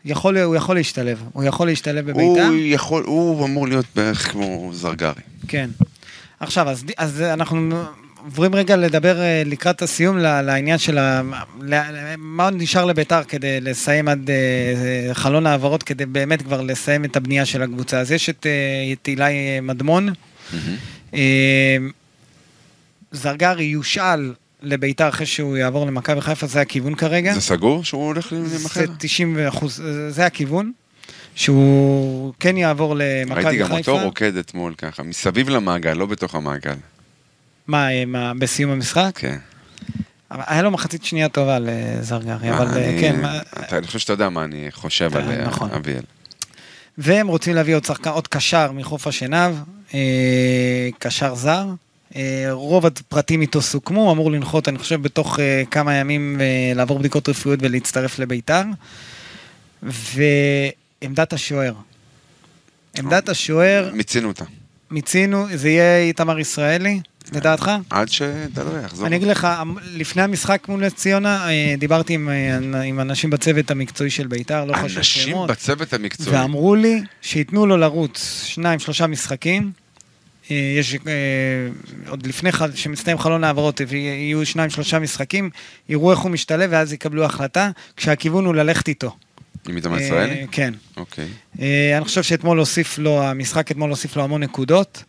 [SPEAKER 1] יכול, הוא יכול להשתלב, הוא יכול להשתלב בביתר?
[SPEAKER 3] הוא יכול, הוא אמור להיות בערך כמו זרגרי.
[SPEAKER 1] כן. עכשיו, אז, אז אנחנו עוברים רגע לדבר אה, לקראת הסיום ל- לעניין של ה, ל- מה עוד נשאר לביתר כדי לסיים עד אה, אה, חלון העברות, כדי באמת כבר לסיים את הבנייה של הקבוצה. אז יש את, אה, את אילי אה, מדמון. אה, זרגרי יושאל לביתר אחרי שהוא יעבור למכבי חיפה, זה הכיוון כרגע.
[SPEAKER 3] זה סגור שהוא הולך
[SPEAKER 1] כן. זה
[SPEAKER 3] להימכר?
[SPEAKER 1] 90 אחוז, זה הכיוון. שהוא כן יעבור למכבי חיפה.
[SPEAKER 3] ראיתי גם אותו רוקד אתמול ככה, מסביב למעגל, לא בתוך המעגל.
[SPEAKER 1] מה, אה, מה, בסיום המשחק?
[SPEAKER 3] כן.
[SPEAKER 1] אבל היה לו מחצית שנייה טובה לזרגרי, אבל אה,
[SPEAKER 3] אני-
[SPEAKER 1] כן, מה-
[SPEAKER 3] אתה- אני חושב שאתה יודע מה אני חושב
[SPEAKER 1] אתה-
[SPEAKER 3] על אה,
[SPEAKER 1] נכון.
[SPEAKER 3] אביאל.
[SPEAKER 1] והם רוצים להביא עוד שחקן, עוד קשר מחוף השנהב, אה, קשר זר. אה, רוב הפרטים איתו סוכמו, אמור לנחות, אני חושב, בתוך אה, כמה ימים אה, לעבור בדיקות רפואיות ולהצטרף לביתר. ועמדת השוער. עמדת השוער,
[SPEAKER 3] מיצינו אותה.
[SPEAKER 1] מיצינו, זה יהיה איתמר ישראלי, לדעתך?
[SPEAKER 3] עד שאתה לא יחזור.
[SPEAKER 1] אני אגיד לך, המ- לפני המשחק מול נס ציונה, אה, דיברתי עם, אה, אנ- עם אנשים בצוות המקצועי של בית"ר, לא חשוב
[SPEAKER 3] אנשים
[SPEAKER 1] שמות,
[SPEAKER 3] בצוות המקצועי.
[SPEAKER 1] ואמרו לי שייתנו לו לרוץ שניים, שלושה משחקים. אה, יש, אה, עוד לפני חל- שמסתיים חלון העברות, אה, יהיו שניים, שלושה משחקים, יראו איך הוא משתלב ואז יקבלו החלטה, כשהכיוון הוא ללכת איתו.
[SPEAKER 3] עם איתמר
[SPEAKER 1] אה,
[SPEAKER 3] ישראלי?
[SPEAKER 1] כן.
[SPEAKER 3] אוקיי.
[SPEAKER 1] אה, אני חושב שאתמול הוסיף לו, המשחק אתמול הוסיף לו המון נקודות.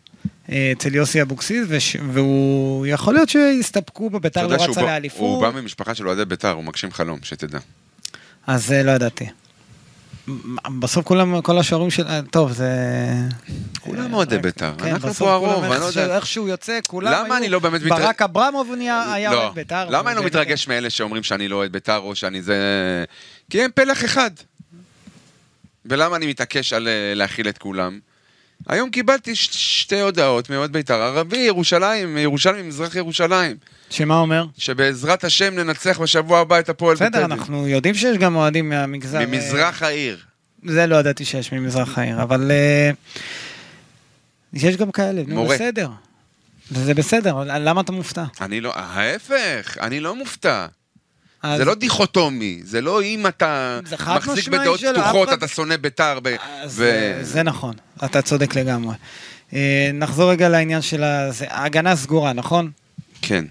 [SPEAKER 1] אה, אצל יוסי אבוקסיס, וש- והוא יכול להיות שיסתפקו בו,
[SPEAKER 3] אתה
[SPEAKER 1] ביתר לא
[SPEAKER 3] יודע שהוא
[SPEAKER 1] רצה
[SPEAKER 3] בא-
[SPEAKER 1] לאליפות.
[SPEAKER 3] הוא בא ממשפחה של אוהדי בית"ר, הוא מגשים חלום, שתדע.
[SPEAKER 1] אז אה, לא ידעתי. בסוף כולם, כל השוערים של... אה, טוב, זה...
[SPEAKER 3] כולם
[SPEAKER 1] אה,
[SPEAKER 3] אוהדי
[SPEAKER 1] רק-
[SPEAKER 3] בית"ר,
[SPEAKER 1] כן,
[SPEAKER 3] אנחנו
[SPEAKER 1] בסוף
[SPEAKER 3] פה הרוב,
[SPEAKER 1] כולם,
[SPEAKER 3] אני לא
[SPEAKER 1] איכשהו-
[SPEAKER 3] יודע.
[SPEAKER 1] איכשהו יוצא, כולם
[SPEAKER 3] למה
[SPEAKER 1] היו-
[SPEAKER 3] אני לא באמת מתרגש?
[SPEAKER 1] ברק אברמוב נהיה- היה
[SPEAKER 3] לא.
[SPEAKER 1] אוהד בית"ר. נכון.
[SPEAKER 3] למה אני לא
[SPEAKER 1] ובאמת-
[SPEAKER 3] מתרגש מאלה שאומרים שאני לא אוהד בית"ר או שאני זה... כי הם פלח אחד. ולמה אני מתעקש על אה, להכיל את כולם? היום קיבלתי ש- שתי הודעות מאוהד בית"ר ערבי, ירושלים, ירושלים, מזרח ירושלים,
[SPEAKER 1] שמה אומר?
[SPEAKER 3] שבעזרת השם ננצח בשבוע הבא את הפועל
[SPEAKER 1] בסדר, אנחנו יודעים שיש גם אוהדים מהמגזר... אה,
[SPEAKER 3] ממזרח העיר.
[SPEAKER 1] זה לא ידעתי שיש ממזרח העיר, אבל אה, יש גם כאלה, נו
[SPEAKER 3] מורה.
[SPEAKER 1] בסדר. זה בסדר, אבל למה אתה מופתע?
[SPEAKER 3] אני לא, ההפך, אני לא מופתע.
[SPEAKER 1] אז-
[SPEAKER 3] זה לא דיכוטומי, זה לא אם אתה
[SPEAKER 1] זה חד
[SPEAKER 3] מחזיק
[SPEAKER 1] משמעי
[SPEAKER 3] בדעות
[SPEAKER 1] שלא, אף
[SPEAKER 3] פתוחות,
[SPEAKER 1] אחד-
[SPEAKER 3] אתה שונא בית"ר. ב-
[SPEAKER 1] אז
[SPEAKER 3] ו-
[SPEAKER 1] זה- זה נכון, אתה צודק לגמרי. אה, נחזור רגע לעניין של ה- זה- ההגנה סגורה, נכון?
[SPEAKER 3] כן.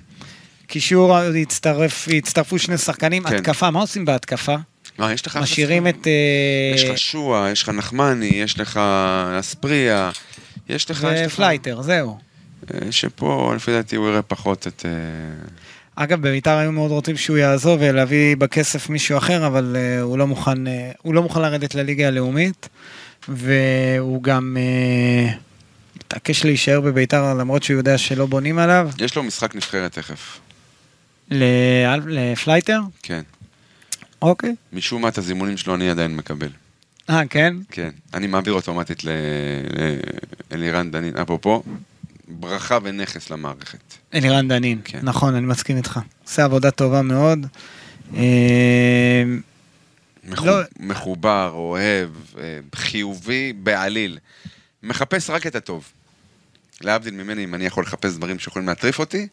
[SPEAKER 1] קישור, הצטרף, הצטרפו שני שחקנים,
[SPEAKER 3] כן.
[SPEAKER 1] התקפה, מה עושים בהתקפה?
[SPEAKER 3] מה, לא, יש לך...
[SPEAKER 1] משאירים את... אה,
[SPEAKER 3] יש לך שועה, יש לך נחמני, יש לך אספריה, יש לך... יש לך-
[SPEAKER 1] ופלייטר, זהו.
[SPEAKER 3] אה, שפה, לפי דעתי, הוא יראה פחות את... אה,
[SPEAKER 1] אגב, בביתר היו מאוד רוצים שהוא יעזוב ולהביא בכסף מישהו אחר, אבל uh, הוא, לא מוכן, uh, הוא לא מוכן לרדת לליגה הלאומית, והוא גם uh, מתעקש להישאר בביתר למרות שהוא יודע שלא בונים עליו,
[SPEAKER 3] יש לו משחק נבחרת תכף,
[SPEAKER 1] לאל- לפלייטר,
[SPEAKER 3] כן.
[SPEAKER 1] אוקיי.
[SPEAKER 3] משום מה, את הזימונים שלו אני עדיין מקבל.
[SPEAKER 1] אה, כן?
[SPEAKER 3] כן. אני מעביר אוטומטית לאלירן דנין. אפרופו, ברכה ונכס למערכת.
[SPEAKER 1] אלירן דנין,
[SPEAKER 3] כן.
[SPEAKER 1] נכון, אני מסכים איתך. עושה עבודה טובה מאוד. אה,
[SPEAKER 3] מחו-
[SPEAKER 1] לא-
[SPEAKER 3] מחובר, אוהב, אה, חיובי בעליל. מחפש רק את הטוב. להבדיל ממני, אם אני יכול לחפש דברים שיכולים להטריף אותי,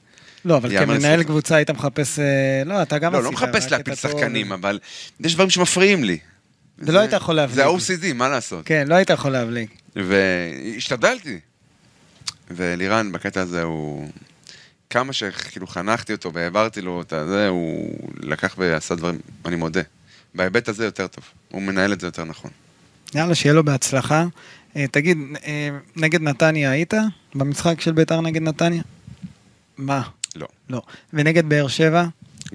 [SPEAKER 1] לא, אבל
[SPEAKER 3] יאמר
[SPEAKER 1] כמנהל
[SPEAKER 3] לזכותך.
[SPEAKER 1] קבוצה היית מחפש... אה, לא, אתה גם
[SPEAKER 3] לא, לא
[SPEAKER 1] עשית,
[SPEAKER 3] מחפש
[SPEAKER 1] רק
[SPEAKER 3] להפיל
[SPEAKER 1] את הטוב.
[SPEAKER 3] שחקנים, אבל יש דברים שמפריעים לי.
[SPEAKER 1] זה לא היית יכול להבליג.
[SPEAKER 3] זה ה-OCD, מה לעשות?
[SPEAKER 1] כן, לא היית יכול להבליג.
[SPEAKER 3] והשתדלתי. ולירן, בקטע הזה הוא... כמה שכאילו חנכתי אותו והעברתי לו את הזה, הוא לקח ועשה דברים, אני מודה. בהיבט הזה יותר טוב. הוא מנהל את זה יותר נכון.
[SPEAKER 1] יאללה, שיהיה לו בהצלחה. אה, תגיד, אה, נגד נתניה היית? במשחק של ביתר נגד נתניה? מה?
[SPEAKER 3] לא,
[SPEAKER 1] לא. ונגד באר שבע?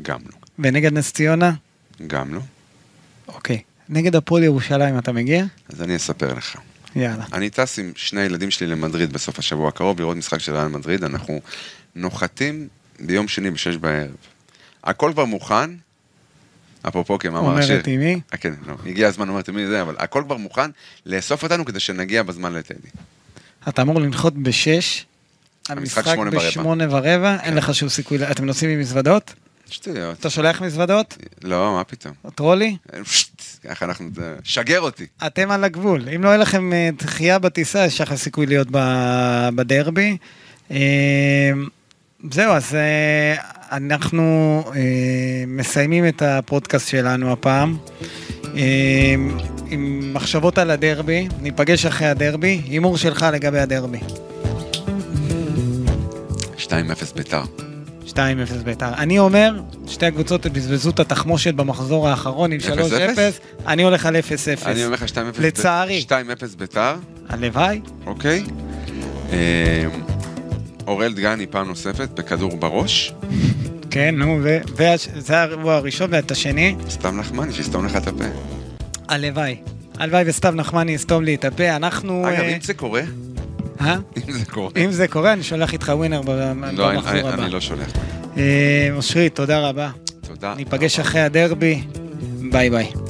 [SPEAKER 3] גם לא.
[SPEAKER 1] ונגד נס ציונה?
[SPEAKER 3] גם לא.
[SPEAKER 1] אוקיי. נגד הפועל ירושלים אתה מגיע?
[SPEAKER 3] אז אני אספר לך.
[SPEAKER 1] יאללה.
[SPEAKER 3] אני טס עם שני הילדים שלי למדריד בסוף השבוע הקרוב, לראות משחק של ריאל מדריד, אנחנו נוחתים ביום שני בשש בערב. הכל כבר מוכן, אפרופו כמאמר השיר.
[SPEAKER 1] אומרת אימי.
[SPEAKER 3] אה, כן, לא, הגיע הזמן, אומרת אימי, זה, אבל הכל כבר מוכן, לאסוף אותנו כדי שנגיע בזמן לטדי.
[SPEAKER 1] אתה אמור לנחות בשש.
[SPEAKER 3] המשחק
[SPEAKER 1] המשחק
[SPEAKER 3] שמונה כן. ורבע.
[SPEAKER 1] בשמונה ורבע, אין לך שום סיכוי, ל- אתם נוסעים עם מזוודות?
[SPEAKER 3] שטויות.
[SPEAKER 1] אתה שולח מזוודות?
[SPEAKER 3] לא, מה פתאום.
[SPEAKER 1] טרולי?
[SPEAKER 3] פשט, ככה אנחנו, זה- שגר אותי.
[SPEAKER 1] אתם על הגבול. אם לא יהיה לכם אה, דחייה בטיסה, יש לך סיכוי להיות ב- בדרבי. אה, זהו, אז אה, אנחנו אה, מסיימים את הפודקאסט שלנו הפעם. אה, עם מחשבות על הדרבי, ניפגש אחרי הדרבי, הימור שלך לגבי הדרבי.
[SPEAKER 3] 2-0 ביתר.
[SPEAKER 1] 2-0 ביתר. אני אומר, שתי הקבוצות בזבזו את התחמושת במחזור האחרון עם 3-0,
[SPEAKER 3] 0-0?
[SPEAKER 1] אני הולך על 0-0.
[SPEAKER 3] אני אומר לך 2-0
[SPEAKER 1] לצערי.
[SPEAKER 3] 2-0 ביתר,
[SPEAKER 1] הלוואי.
[SPEAKER 3] אוקיי? אה, אוראל דגני פעם נוספת בכדור בראש.
[SPEAKER 1] כן, נו, ו- והש- זה האירוע הראשון, ואת השני,
[SPEAKER 3] סתם נחמני, שיסתום לך את הפה.
[SPEAKER 1] הלוואי. הלוואי וסתיו נחמני יסתום לי את הפה, אנחנו...
[SPEAKER 3] אגב,
[SPEAKER 1] אה,
[SPEAKER 3] אם זה קורה,
[SPEAKER 1] אה?
[SPEAKER 3] אם זה קורה.
[SPEAKER 1] אם זה קורה, אני שולח איתך ווינר ב-
[SPEAKER 3] לא, אני-
[SPEAKER 1] במחזור
[SPEAKER 3] אני-
[SPEAKER 1] הבא.
[SPEAKER 3] אני לא שולח.
[SPEAKER 1] אה, אושרי, תודה רבה.
[SPEAKER 3] תודה.
[SPEAKER 1] ניפגש אחרי הדרבי. ביי ביי.